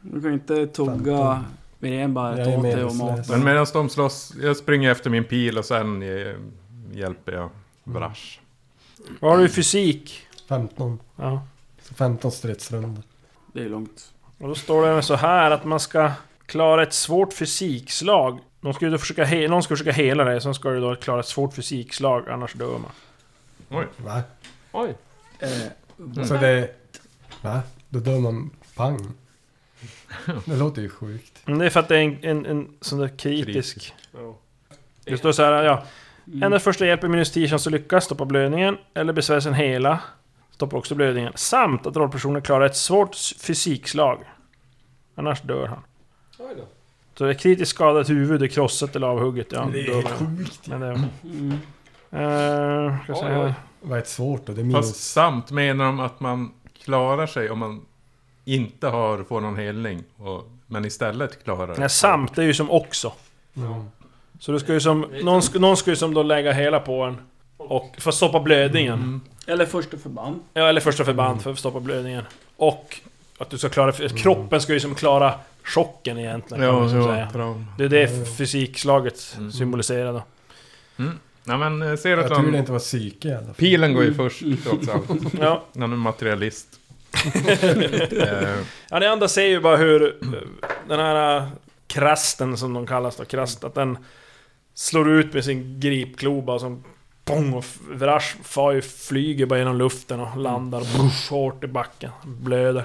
Speaker 5: Du kan ju inte tugga
Speaker 4: Jag
Speaker 5: Mirenberg,
Speaker 4: är
Speaker 5: Tote och
Speaker 4: medelslös.
Speaker 5: mat.
Speaker 3: Men medan de slåss, jag springer efter min pil och sen eh, hjälper jag Vrash.
Speaker 2: Vad har du i fysik?
Speaker 4: 15.
Speaker 2: Ja.
Speaker 4: Så 15 stridsrundor.
Speaker 5: Det är långt.
Speaker 2: Och då står det så här att man ska klara ett svårt fysikslag. De ska ju då försöka he- någon ska försöka hela dig, sen ska du då klara ett svårt fysikslag, annars dör man.
Speaker 4: Va?
Speaker 6: Oj.
Speaker 5: Eh,
Speaker 4: Så det... Va? Då dör man pang. Det låter ju sjukt.
Speaker 2: Men Mm, det är för att det är en, en, en sån där kritisk... Det står så här, ja.
Speaker 6: Mm.
Speaker 2: Endast första hjälpen minus 10 chans att lyckas, stoppa blödningen. Eller besvära sin hela, stoppa också blödningen. Samt att rollpersonen klarar ett svårt s- fysikslag. Annars dör han.
Speaker 6: Oj då.
Speaker 2: Så det är kritiskt skadat huvud, det är krossat eller avhugget. Ja,
Speaker 4: Det är
Speaker 2: dör
Speaker 4: helt
Speaker 2: man.
Speaker 4: sjukt.
Speaker 2: Men det... Eh, ska jag
Speaker 6: Mm. Oj,
Speaker 2: säga.
Speaker 6: oj.
Speaker 4: Vad är det svårt då? Det
Speaker 3: Fast
Speaker 4: är minus...
Speaker 3: samt menar de att man klarar sig om man inte har, får någon helning. Och, men istället klarar
Speaker 2: Nej, samt, det är ju som också.
Speaker 4: Mm.
Speaker 2: Så du ska ju som... Någon ska, någon ska ju som då lägga hela på en. Och för att stoppa blödningen.
Speaker 4: Mm.
Speaker 5: Eller första förband.
Speaker 3: Mm.
Speaker 2: Ja, eller första förband för att stoppa blödningen. Och att du ska klara... Kroppen ska ju som klara chocken egentligen. kan man
Speaker 3: Ja,
Speaker 2: liksom
Speaker 3: ja, Mm.
Speaker 2: säga.
Speaker 3: trauma.
Speaker 2: Det är det fysikslaget symboliserar då.
Speaker 3: Nej men eh,
Speaker 4: Jag tror det
Speaker 3: Seratlon,
Speaker 4: inte var psyke i alla fall.
Speaker 3: pilen går ju först trots allt.
Speaker 2: Ja.
Speaker 3: Han är materialist. Eh,
Speaker 2: Ja, ni andra ser ju bara hur eh, den här eh, krasten som de kallas då, krast, att den slår ut med sin gripkloba och som pong och f- Vrash far ju, flyger bara genom luften och landar brusch, hårt i backen, blöder.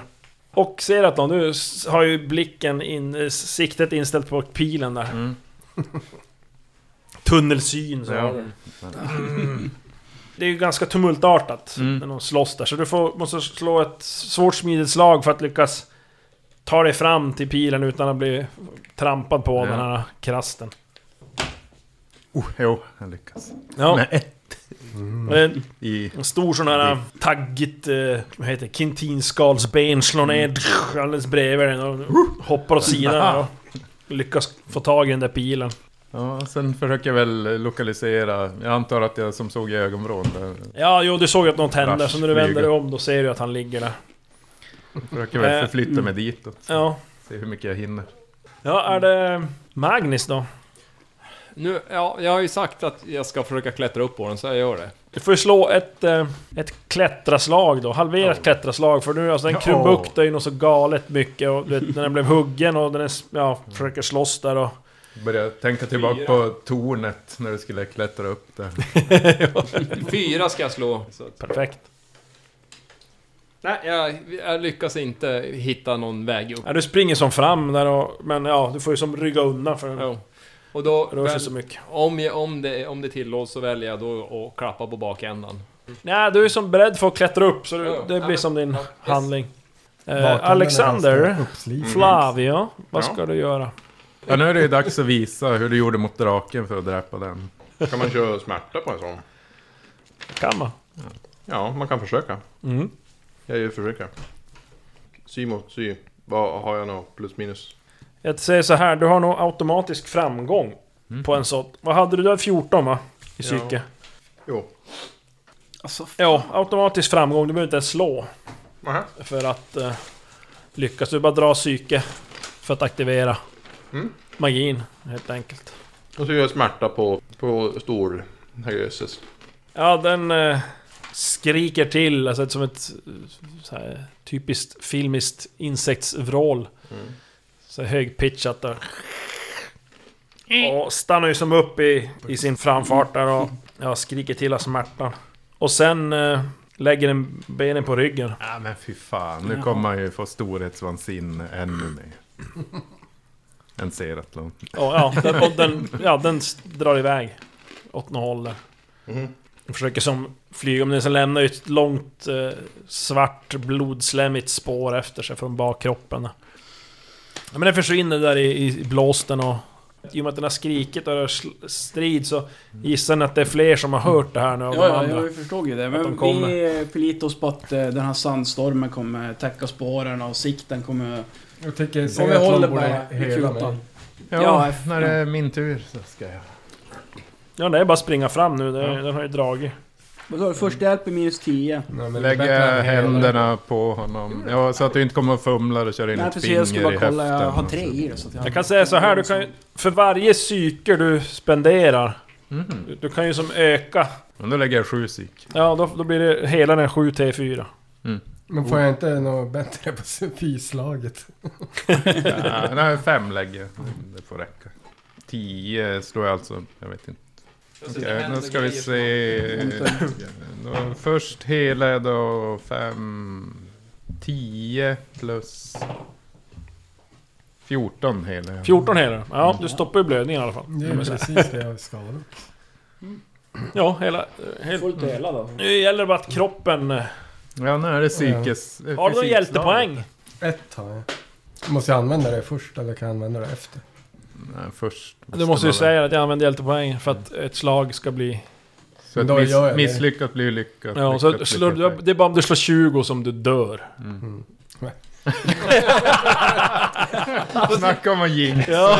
Speaker 2: Och ser att de nu s- har ju blicken in, eh, siktet inställt på pilen där.
Speaker 3: Mm.
Speaker 2: Tunnelsyn så
Speaker 3: Ja.
Speaker 2: har du. Det är ju ganska tumultartat
Speaker 3: Mm.
Speaker 2: när de slåss där, så du får, måste slå ett svårt smidigt slag för att lyckas ta dig fram till pilen utan att bli trampad på av
Speaker 3: Ja.
Speaker 2: den här krasten.
Speaker 3: oh, jo, han lyckas.
Speaker 2: Ja,
Speaker 3: Nej.
Speaker 2: och det är en-
Speaker 3: I,
Speaker 2: en stor sån här taggigt, eh, vad heter det, kintinskalsben slår ner
Speaker 3: Mm.
Speaker 2: alldeles bredvid den och hoppar åt sidan och lyckas få tag i den där pilen.
Speaker 3: ja, sen försöker jag väl lokalisera. Jag antar att jag som såg i ögonvrån. eh, där,
Speaker 2: Ja, jo, du såg ju att något hände,
Speaker 3: Rasch
Speaker 2: så när du vänder dig
Speaker 3: flyger.
Speaker 2: om då ser du att han ligger där.
Speaker 3: Försöker
Speaker 2: Eh,
Speaker 3: väl förflytta mig dit och
Speaker 2: Ja,
Speaker 3: se hur mycket jag hinner.
Speaker 2: ja är det Magnus då?
Speaker 6: Nu, ja, jag har ju sagt att jag ska försöka klättra upp på den, så jag gör det.
Speaker 2: Du får ju slå ett, eh, ett klättraslag då, halverat klättraslag för nu, alltså den
Speaker 3: Ja.
Speaker 2: krumbuktar ju något så galet mycket och du vet, när den blev huggen och den är, s- ja, försöker slåss där och...
Speaker 3: Börjar tänka tillbaka på tornet när du skulle klättra upp där.
Speaker 6: Fyra ska jag slå.
Speaker 2: Perfekt.
Speaker 6: Nej, jag, jag lyckas inte hitta någon väg upp.
Speaker 2: Ja, du springer som fram där och... Men ja, du får ju som rygga undan för den
Speaker 6: Ja. Och då,
Speaker 2: rör sig
Speaker 6: väl-
Speaker 2: så mycket.
Speaker 6: om, jag, om, det, om det tillåts så väljer jag då att klappa på bakändan.
Speaker 2: Nej, du är som beredd för att klättra upp så
Speaker 6: Ja,
Speaker 2: du,
Speaker 6: ja.
Speaker 2: det
Speaker 6: Ja,
Speaker 2: blir
Speaker 6: men-
Speaker 2: som din
Speaker 6: ja, yes.
Speaker 2: handling.
Speaker 4: Bakom
Speaker 2: Eh,
Speaker 4: den är
Speaker 2: Alexander, Mm.
Speaker 4: ganska uppsliten.
Speaker 2: Flavio, vad
Speaker 7: Ja.
Speaker 2: ska du göra?
Speaker 3: Ja, nu är det ju dags att visa hur du gjorde mot draken för att dräpa den.
Speaker 7: Kan man köra smärta på en sån?
Speaker 2: Kan man?
Speaker 7: Ja, man kan försöka.
Speaker 2: Mm.
Speaker 7: Jag gör försöka. Sy mot sy. Vad har jag nå? Plus minus?
Speaker 2: Jag säger så här, du har nog automatisk framgång på en sån. Vad hade du där? 14 va? I psyke?
Speaker 7: Jo.
Speaker 5: Alltså, f-
Speaker 2: Ja, automatisk framgång. Du behöver inte ens slå
Speaker 7: Aha.
Speaker 2: för att eh, lyckas. Du bara drar psyke för att aktivera
Speaker 7: Mm.
Speaker 2: magin, helt enkelt.
Speaker 7: Och så gör jag smärta på, på stor... Herrejösses.
Speaker 2: Ja, den eh, skriker till, alltså ett- som ett eh, så här, typiskt filmiskt insektsvrål. Så högpitchat där. Och stannar ju som upp i, i sin framfart där och ja, skriker till av smärtan. Och sen eh, lägger den benen på ryggen.
Speaker 3: Ja, men fy fan. Nu kommer man ju få storhetsvansinne ännu mer. En Seratlon.
Speaker 2: Och, ja, den, och den, ja, den s- drar iväg åt något håll där. Den Försöker som flyga, men den sen lämnar ju ett långt eh, svart blodslemmigt spår efter sig från bakkroppen. Ja, men den försvinner där i, i blåsten och i och med att den har skrikit och det är sl- strid så gissar ni att det är fler som har hört det här nu av
Speaker 5: ja,
Speaker 2: de
Speaker 5: ja,
Speaker 2: andra.
Speaker 5: jag förstod ju det.
Speaker 2: de
Speaker 5: Men vi
Speaker 2: kommer.
Speaker 5: förlitar oss på att eh, den här sandstormen kommer täcka spåren och sikten kommer...
Speaker 4: Jag tycker
Speaker 5: Om vi håller
Speaker 4: Seratlon
Speaker 5: bara
Speaker 4: borde
Speaker 5: i
Speaker 4: hela mig.
Speaker 5: kutan.
Speaker 3: Ja,
Speaker 5: Ja,
Speaker 3: när det är min tur så ska jag...
Speaker 2: Ja, det är bara att springa fram nu, det, den har ju dragit.
Speaker 5: Vad sa du? Första hjälp är minus 10.
Speaker 4: Nej, men det är bättre
Speaker 3: Lägga
Speaker 4: att hela mig.
Speaker 3: händerna på honom. Ja, så att du inte kommer och fumlar och kör in
Speaker 5: Nej
Speaker 3: ett
Speaker 5: precis, jag skulle
Speaker 3: finger i
Speaker 5: bara kolla.
Speaker 3: höften.
Speaker 5: Jag har tre i det. Så att
Speaker 2: Jag kan säga så här, du kan, ju- för varje psyke du spenderar,
Speaker 3: Mhm.
Speaker 2: du kan ju som öka
Speaker 3: Men då lägger jag sju psyk.
Speaker 2: Ja, då, då blir det hela den 7 T4.
Speaker 4: Men
Speaker 3: Oh.
Speaker 4: får jag inte något bättre på fyslaget?
Speaker 3: Ja, nej, fem lägger jag. Det får räcka. Tio slår jag alltså. Jag vet inte. Okej, nu ska vi se. Då, först hela då. Fem. Tio plus... Fjorton hela.
Speaker 2: 14 hela den. Ja,
Speaker 3: Mm.
Speaker 2: du stoppar ju blödningen i alla fall.
Speaker 4: Det är precis det jag ska vara.
Speaker 2: Ja, hela... Helt.
Speaker 5: Fullt hela då.
Speaker 2: Nu gäller det bara att kroppen... eh,
Speaker 3: Ja, nu är det psykes...
Speaker 2: Har du någon
Speaker 3: fysikslag.
Speaker 2: hjältepoäng?
Speaker 4: Ett har jag. Måste jag använda det först eller kan jag använda det efter?
Speaker 3: Nej, först.
Speaker 2: Du måste ju
Speaker 3: man-
Speaker 2: säga att jag använder hjältepoäng för att
Speaker 3: Mm.
Speaker 2: ett slag ska bli...
Speaker 3: Så ett
Speaker 4: Då
Speaker 3: miss,
Speaker 4: gör jag det.
Speaker 3: misslyckat blir lyckat.
Speaker 2: Ja,
Speaker 3: lyckat
Speaker 2: så
Speaker 3: blir
Speaker 2: slår, du-
Speaker 3: perfekt.
Speaker 2: det är bara om du slår 20 som du dör.
Speaker 3: Mm.
Speaker 2: Mm.
Speaker 3: Snacka om en jinx.
Speaker 2: Ja.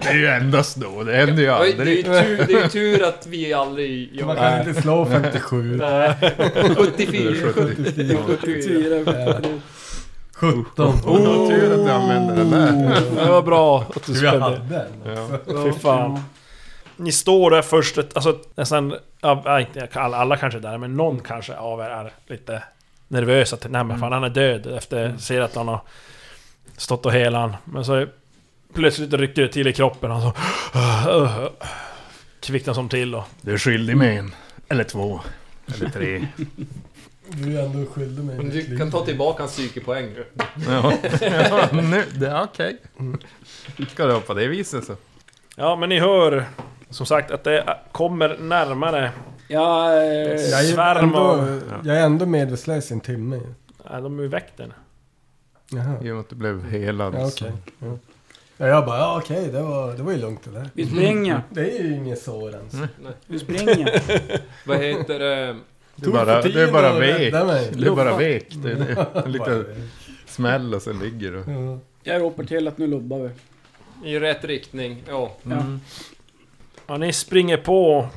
Speaker 3: Det är ju endast då, det händer ju
Speaker 6: Det är ju
Speaker 3: aldrig.
Speaker 6: tur, det är ju tur att vi aldrig
Speaker 4: Man
Speaker 6: gör
Speaker 4: kan inte slå 57.
Speaker 6: Nej. 74,
Speaker 3: 74.
Speaker 6: 74.
Speaker 4: Ja. 17.
Speaker 3: Oh, tur att jag använde den där.
Speaker 2: Det var bra att du
Speaker 4: Du jag
Speaker 2: spände.
Speaker 4: hade den.
Speaker 3: Ja.
Speaker 2: Fy fan. Ni står där först, ett- alltså nästan... ja, nej, inte Alla, alla kanske är där, men någon kanske av er är lite nervös att nej men fan han är död efter ser att han har stått och helat han. Men så är- plötsligt rycker det till i kroppen och så... Kvicknar som till och...
Speaker 3: Du är skyldig med en. Eller två. Eller tre.
Speaker 4: Du är ändå skyldig mig. mitt
Speaker 6: Du
Speaker 4: liv.
Speaker 6: kan ta tillbaka hans psykepoäng nu.
Speaker 3: Ja, ja nu. Det är okej. Mm. Ska det vara på det viset så.
Speaker 2: Ja men ni hör som sagt att det kommer närmare.
Speaker 5: Jag... eh,
Speaker 4: Jag är,
Speaker 2: Svärm
Speaker 4: ändå,
Speaker 2: och-
Speaker 4: jag är ändå medvetslös i en timme. ju.
Speaker 2: Nej, de är ju väck den.
Speaker 4: Jaha.
Speaker 3: I och med att du blev helad.
Speaker 4: Ja,
Speaker 3: så.
Speaker 4: okej. Ja. Ja, jag bara, ja, okej, det, var, det var ju lugnt det där.
Speaker 5: Vi springer.
Speaker 4: Det är ju inget sår ens.
Speaker 5: Vi springer.
Speaker 6: Vad heter det?
Speaker 3: Du bara,
Speaker 4: Tog för
Speaker 3: du är bara
Speaker 4: tiden att
Speaker 3: vek.
Speaker 4: rädda mig.
Speaker 3: Du är bara vek. Det är det. En
Speaker 4: Bara
Speaker 3: liten
Speaker 4: vek.
Speaker 3: smäll och sen ligger du.
Speaker 4: Ja.
Speaker 5: Jag ropar till att nu lobbar vi.
Speaker 6: I rätt riktning. Ja,
Speaker 2: Ja ni springer på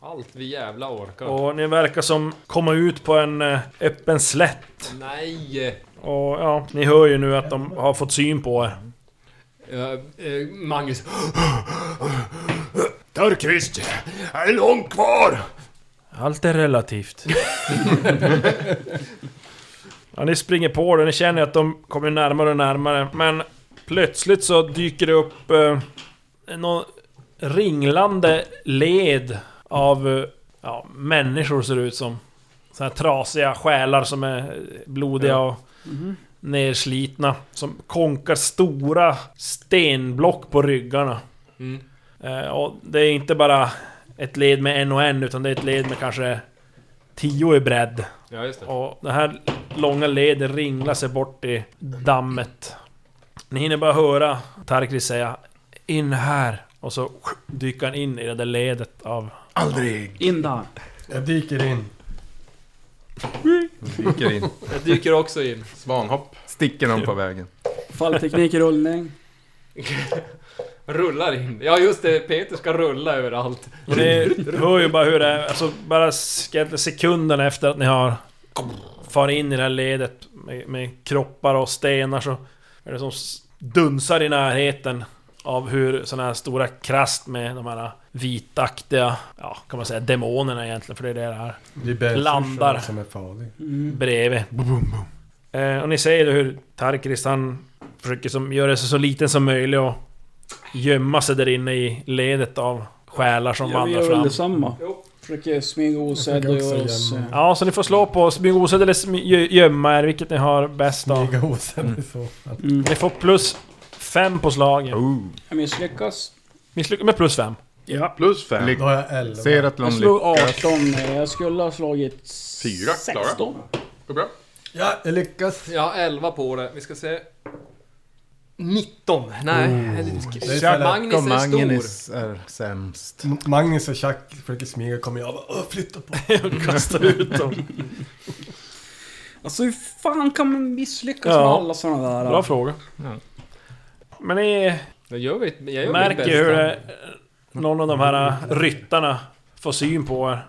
Speaker 6: allt vi jävla orkar.
Speaker 2: och ni verkar som komma ut på en eh, öppen slätt.
Speaker 6: Nej!
Speaker 2: Och ja, ni hör ju nu att de har fått syn på er.
Speaker 6: Ja, eh, Magnus.
Speaker 7: Törkvist! Här är långt kvar!
Speaker 2: Allt är relativt. ja, ni springer på det, ni känner att de kommer närmare och närmare. Men plötsligt så dyker det upp eh, någon ringlande led av eh, ja, människor ser det ut som. Såna här trasiga själar som är blodiga och nerslitna. Som konkar stora stenblock på ryggarna.
Speaker 6: Mm.
Speaker 2: Eh, Och det är inte bara ett led med en och en, utan det är ett led med kanske tio i bredd.
Speaker 6: Ja, just det.
Speaker 2: Och det här långa leden ringlar sig bort i dammet. Ni hinner bara höra Tarkris säga In här! Och så dyker han in i det där ledet av...
Speaker 7: Aldrig!
Speaker 5: In där.
Speaker 4: Jag dyker in.
Speaker 3: Dyker in.
Speaker 6: Jag dyker också in.
Speaker 7: Svanhopp.
Speaker 3: Sticker någon på vägen.
Speaker 5: Fallteknik i rullning. Mm.
Speaker 6: Rullar in. Ja, just det. Peter ska rulla överallt.
Speaker 2: Och ni hör ju bara hur det är, alltså bara sk- sekunden efter att ni har farit in i det här ledet med, med kroppar och stenar så är det som s- dunsar i närheten av hur sådana här stora krast med de här vitaktiga, ja kan man säga demonerna egentligen för det är det det är
Speaker 4: Det är bäst
Speaker 2: Landar.
Speaker 4: som är farlig.
Speaker 2: bredvid. Boom, boom, boom. Eh, och ni ser ju hur Tarkrist han försöker som, göra sig så liten som möjligt och gömma sig där inne i ledet av själar som
Speaker 5: Ja, vi
Speaker 2: vandrar
Speaker 5: gör väl
Speaker 2: fram.
Speaker 5: detsamma. Försöker smyga osedd och
Speaker 4: Jag försöker
Speaker 5: göra
Speaker 4: också
Speaker 5: oss...
Speaker 4: gömma.
Speaker 5: eh,
Speaker 2: Ja, så ni får slå på smyga osedd eller smy- gö- gömma er, vilket ni har bäst av.
Speaker 4: Smyga osen i så fall.
Speaker 5: Mm.
Speaker 2: Ni får plus fem på slagen.
Speaker 3: Oh.
Speaker 5: Jag misslyckas.
Speaker 2: Misslyckas med plus fem.
Speaker 5: Ja.
Speaker 7: Plus fem.
Speaker 3: Lyck-
Speaker 4: Då har jag 11.
Speaker 3: Ser att någon
Speaker 5: Jag slog
Speaker 3: lyckas.
Speaker 5: 18. eh, Jag skulle ha slagit...
Speaker 7: Fyra, Klara.
Speaker 5: 16.
Speaker 7: Går bra.
Speaker 4: Ja, jag lyckas.
Speaker 6: Jag har 11 på det. Vi ska se. 19. Nej.
Speaker 4: är
Speaker 6: Oh.
Speaker 4: så lätt.
Speaker 3: Jakob
Speaker 6: Magnus är stor.
Speaker 3: Magnus är sämst.
Speaker 4: M- Magnus och Chuck försöker smyga, kommer jag bara "Åh, flytta på
Speaker 2: Kasta ut dem.
Speaker 5: Alltså hur fan kan man misslyckas
Speaker 2: Ja.
Speaker 5: med alla såna där? eh,
Speaker 2: Bra fråga.
Speaker 3: Ja.
Speaker 2: Men ni
Speaker 6: Jag gör mitt, jag gör mitt
Speaker 2: märker
Speaker 6: bästa.
Speaker 2: hur eh, någon av de här eh, ryttarna får syn på er.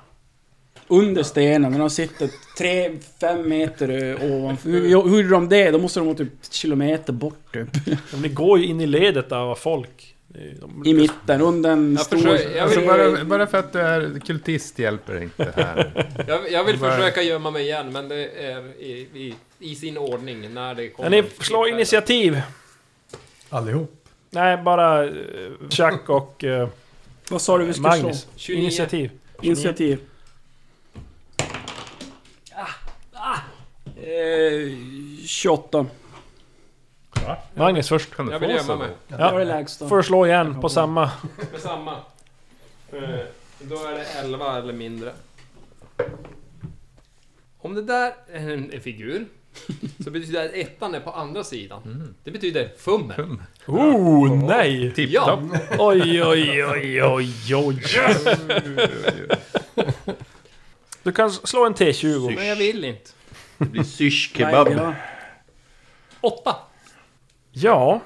Speaker 5: Under stenen, men de sitter 3-5 meter eh, ovanför. Hur, hur gjorde de det? Då måste de vara typ kilometer bort typ.
Speaker 2: Men Ni går ju in i ledet av folk. Det är ju- de-
Speaker 5: I mitten, under en
Speaker 6: Jag,
Speaker 5: stor...
Speaker 6: försöker, jag,
Speaker 3: Alltså
Speaker 6: vill,
Speaker 3: bara, bara för att du är kultist hjälper inte här.
Speaker 6: jag, jag vill
Speaker 3: Bara-
Speaker 6: försöka gömma mig igen, men det är i, i, i sin ordning när det kommer.
Speaker 2: Men ni slår initiativ.
Speaker 4: allihop.
Speaker 2: Nej, bara eh, Chuck och eh,
Speaker 5: Vad sa du vi skulle
Speaker 2: Magnus.
Speaker 5: slå?
Speaker 6: 29.
Speaker 2: Initiativ.
Speaker 5: Initiativ. Ah, Eh, 28.
Speaker 2: Magnus först.
Speaker 3: Kan du
Speaker 6: Jag
Speaker 3: få
Speaker 6: vill gömma
Speaker 3: så?
Speaker 6: mig.
Speaker 5: Det var det
Speaker 2: Ja,
Speaker 5: lägsta.
Speaker 2: får slå igen på samma.
Speaker 6: Med samma. Eh, Då är det 11 eller mindre. Om det där är en en figur, så betyder det att ettan är på andra sidan. Det betyder fummel.
Speaker 2: Oh, nej!
Speaker 6: Ja,
Speaker 2: Oj, oj, oj, oj, oj. Du kan slå en T20.
Speaker 6: men jag vill inte.
Speaker 7: Det blir sysch
Speaker 5: Nej,
Speaker 7: kebab.
Speaker 5: ja.
Speaker 6: Åtta!
Speaker 2: Ja.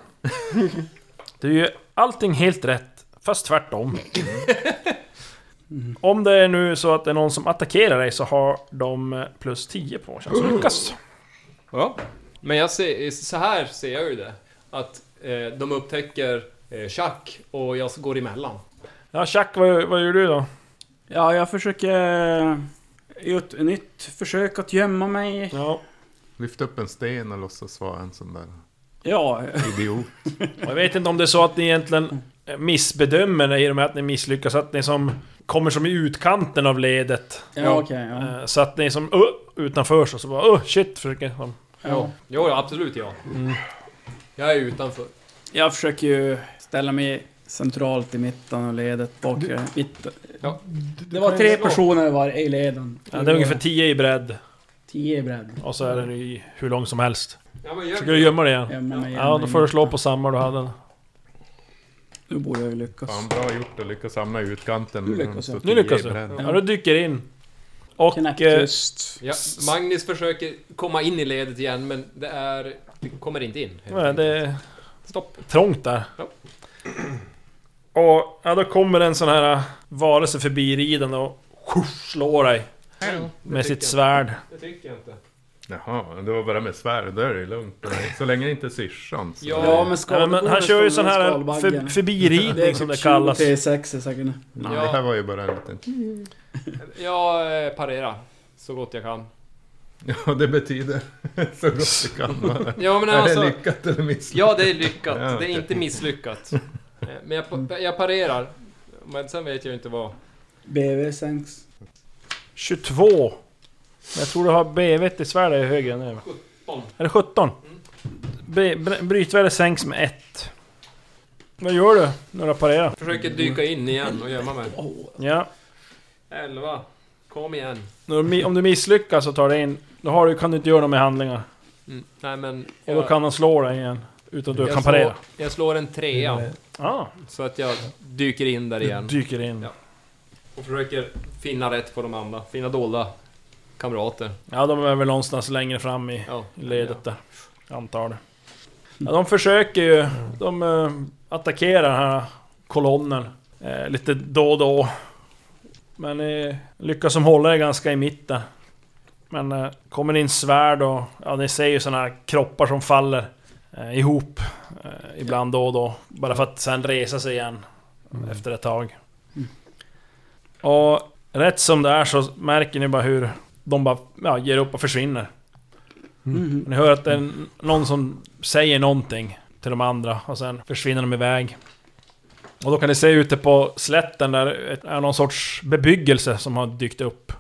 Speaker 2: Det är ju allting helt rätt, fast tvärtom. Om det är nu så att det är eh, någon som attackerar dig så har de plus 10 på chans att lyckas.
Speaker 6: Ja. Men jag ser, så här ser jag ju det. Att eh, de upptäcker eh, Chuck och jag går emellan.
Speaker 2: Ja, Chuck, vad, vad gör du då?
Speaker 5: Ja, jag försöker... Gör ett nytt försök att gömma mig.
Speaker 2: Ja.
Speaker 3: Lyft upp en sten och låtsas vara en sån där
Speaker 5: Ja,
Speaker 3: idiot.
Speaker 2: Jag vet inte om det är så att ni egentligen missbedömer det i och med att ni misslyckas, att ni som kommer som i utkanten av ledet.
Speaker 5: ja okej. ja.
Speaker 2: Eh, Så att ni som uh, utanför så, så bara uh, shit försöker som...
Speaker 5: ja.
Speaker 6: Jo, ja, absolut ja. Jag är utanför.
Speaker 5: Jag försöker ju ställa mig centralt i mitten av ledet. Bak, mitten. Det var tre personer var i leden.
Speaker 2: Ja, det är ungefär 10 i bredd
Speaker 5: Tio i bredd.
Speaker 2: och så är den i hur lång som helst.
Speaker 6: Ja, men gör
Speaker 2: Försöker du gömma dig igen?
Speaker 5: Gömma mig
Speaker 2: Ja,
Speaker 5: igen.
Speaker 2: då får du slå på samma du hade.
Speaker 5: Nu borde jag ju lyckas.
Speaker 3: Fan bra gjort att lyckas hamna i utkanten.
Speaker 5: Du lyckas, ja.
Speaker 3: Så
Speaker 2: Nu lyckas du.
Speaker 3: tio bredd.
Speaker 2: Ja, du dyker in. Och...
Speaker 5: Knäppt
Speaker 2: eh,
Speaker 5: tyst.
Speaker 6: Ja, Magnus försöker komma in i ledet igen, men det är... Det kommer inte in. helt
Speaker 2: nej,
Speaker 6: enkelt.
Speaker 2: eh, det är
Speaker 6: Stopp.
Speaker 2: trångt där.
Speaker 6: Ja.
Speaker 2: Och ja, då kommer en sån här eh, varelse förbi riden och slår dig med sitt svärd.
Speaker 6: Det tycker jag inte.
Speaker 3: Jaha, det var bara med svärd, då är det lugnt. Så länge det inte är syrsan. så-
Speaker 6: Ja,
Speaker 5: Ja, men
Speaker 2: Ja, men han
Speaker 5: skalbaggen
Speaker 2: kör ju sån
Speaker 5: står med
Speaker 2: här eh,
Speaker 5: skalbaggen.
Speaker 2: för, förbiridning som det kallas.
Speaker 5: Det är 6 i säkert.
Speaker 3: Nej,
Speaker 6: Ja.
Speaker 3: Det här var ju bara en liten...
Speaker 6: Jag eh, parerar. Så gott jag kan.
Speaker 3: Ja, det betyder så gott det kan vara.
Speaker 6: Ja, men
Speaker 3: Är det
Speaker 6: alltså...
Speaker 3: lyckat eller misslyckat?
Speaker 6: Ja, det är lyckat.
Speaker 3: Ja,
Speaker 6: Det
Speaker 3: okej.
Speaker 6: är inte misslyckat. Eh, Men jag, pa- jag parerar. Men sen vet jag inte vad...
Speaker 5: BV sänks.
Speaker 2: 22. Jag tror du har BV i svärd i höger nu.
Speaker 6: 17.
Speaker 2: Är det 17? B- br- Brytvärde sänks med 1. Vad gör du när du parerar?
Speaker 6: Försöker dyka in igen och gömma mig.
Speaker 2: Ja.
Speaker 6: 11. Kom igen.
Speaker 2: När du mi- Om du misslyckas så tar det in... Då har du, kan du inte göra några med handlingar.
Speaker 6: Mm. Nej, men...
Speaker 2: Och då kan han slå dig igen. Utan att du
Speaker 6: jag
Speaker 2: kan
Speaker 6: slår-
Speaker 2: parera.
Speaker 6: Jag slår en trea,
Speaker 2: Ja,
Speaker 6: så att jag dyker in där
Speaker 2: Mm. du
Speaker 6: igen.
Speaker 2: dyker in.
Speaker 6: Mm. Ja. Och försöker finna rätt på de andra. Finna dolda kamrater.
Speaker 2: Ja, de är väl någonstans längre fram i
Speaker 6: Ja.
Speaker 2: i ledet där. Antar det. Ja, de försöker ju... De eh, attackerar den här kolonnen eh, lite då och då. Men eh, lyckas som hålla er ganska i mitten. Men eh, kommer in svärd och... Ja, ni ser ju såna här kroppar som faller eh, ihop. Eh, ibland då och då. Bara för att sen resa sig igen. Efter ett tag. Och rätt som det är så märker ni bara hur de bara ja, ger upp och försvinner.
Speaker 5: Mm.
Speaker 2: Ni hör att det är någon som säger någonting till de andra och sen försvinner de iväg. Och då kan ni se ute på slätten där ett- är någon sorts bebyggelse som har dykt upp.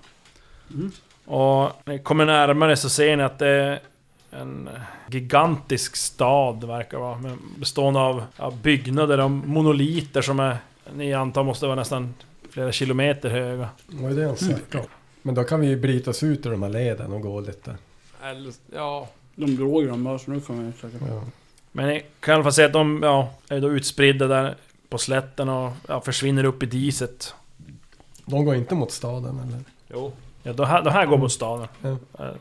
Speaker 2: Och när ni kommer närmare så ser ni att det är en gigantisk stad verkar vara. med- Bestående av ja, byggnader och monoliter som är, ni antar måste vara nästan flera kilometer höga.
Speaker 4: Vad är det han säger? Men då kan vi ju bryta oss ut ur de här leden och gå lite.
Speaker 6: Eller, ja.
Speaker 5: De drog ju dem bara, så nu kommer jag försöka.
Speaker 4: Ja.
Speaker 2: Men ni kan i alla fall se att de ja, är då utspridda där på slätten och ja, försvinner upp i diset.
Speaker 4: De går inte mot staden eller?
Speaker 6: Jo.
Speaker 2: Ja, de här, de här går mot staden.
Speaker 4: Ja.
Speaker 2: Eh,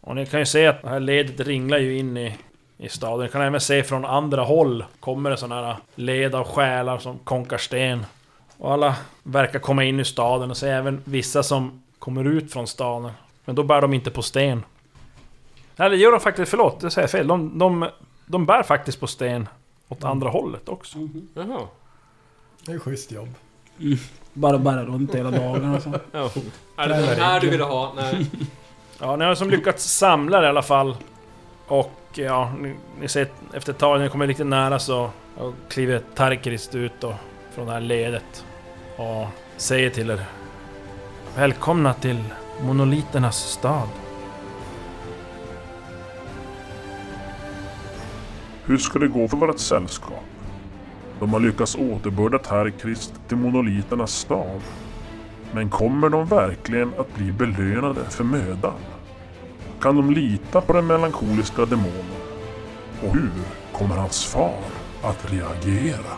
Speaker 2: Och ni kan ju se att det här ledet ringlar ju in i, i staden. Ni kan även se från andra håll kommer det sådana här led av själar som konkar sten. Och alla verkar komma in i staden och så även vissa som kommer ut från staden. Men då bär de inte på sten. Eller det gör de faktiskt, förlåt, det säger jag fel. De, de, de bär faktiskt på sten åt andra hållet också.
Speaker 6: Jaha.
Speaker 4: Det är ju schysst jobb.
Speaker 5: Bara bära runt hela dagen och så.
Speaker 6: Ja. Är det den här du ville ha? Nej.
Speaker 2: Ja, ni har som lyckats samla det i alla fall. Och ja, ni, ni ser efter ett tag, när ni kommer riktigt nära så ja, kliver Tarkrist ut då, från det här ledet. Och säger till er. Välkomna till monoliternas stad.
Speaker 1: Hur ska det gå för vårt sällskap? De har lyckats återbörda Tarkrist till monoliternas stad. Men kommer de verkligen att bli belönade för mödan? Kan de lita på den melankoliska demonen? Och hur kommer hans far att reagera?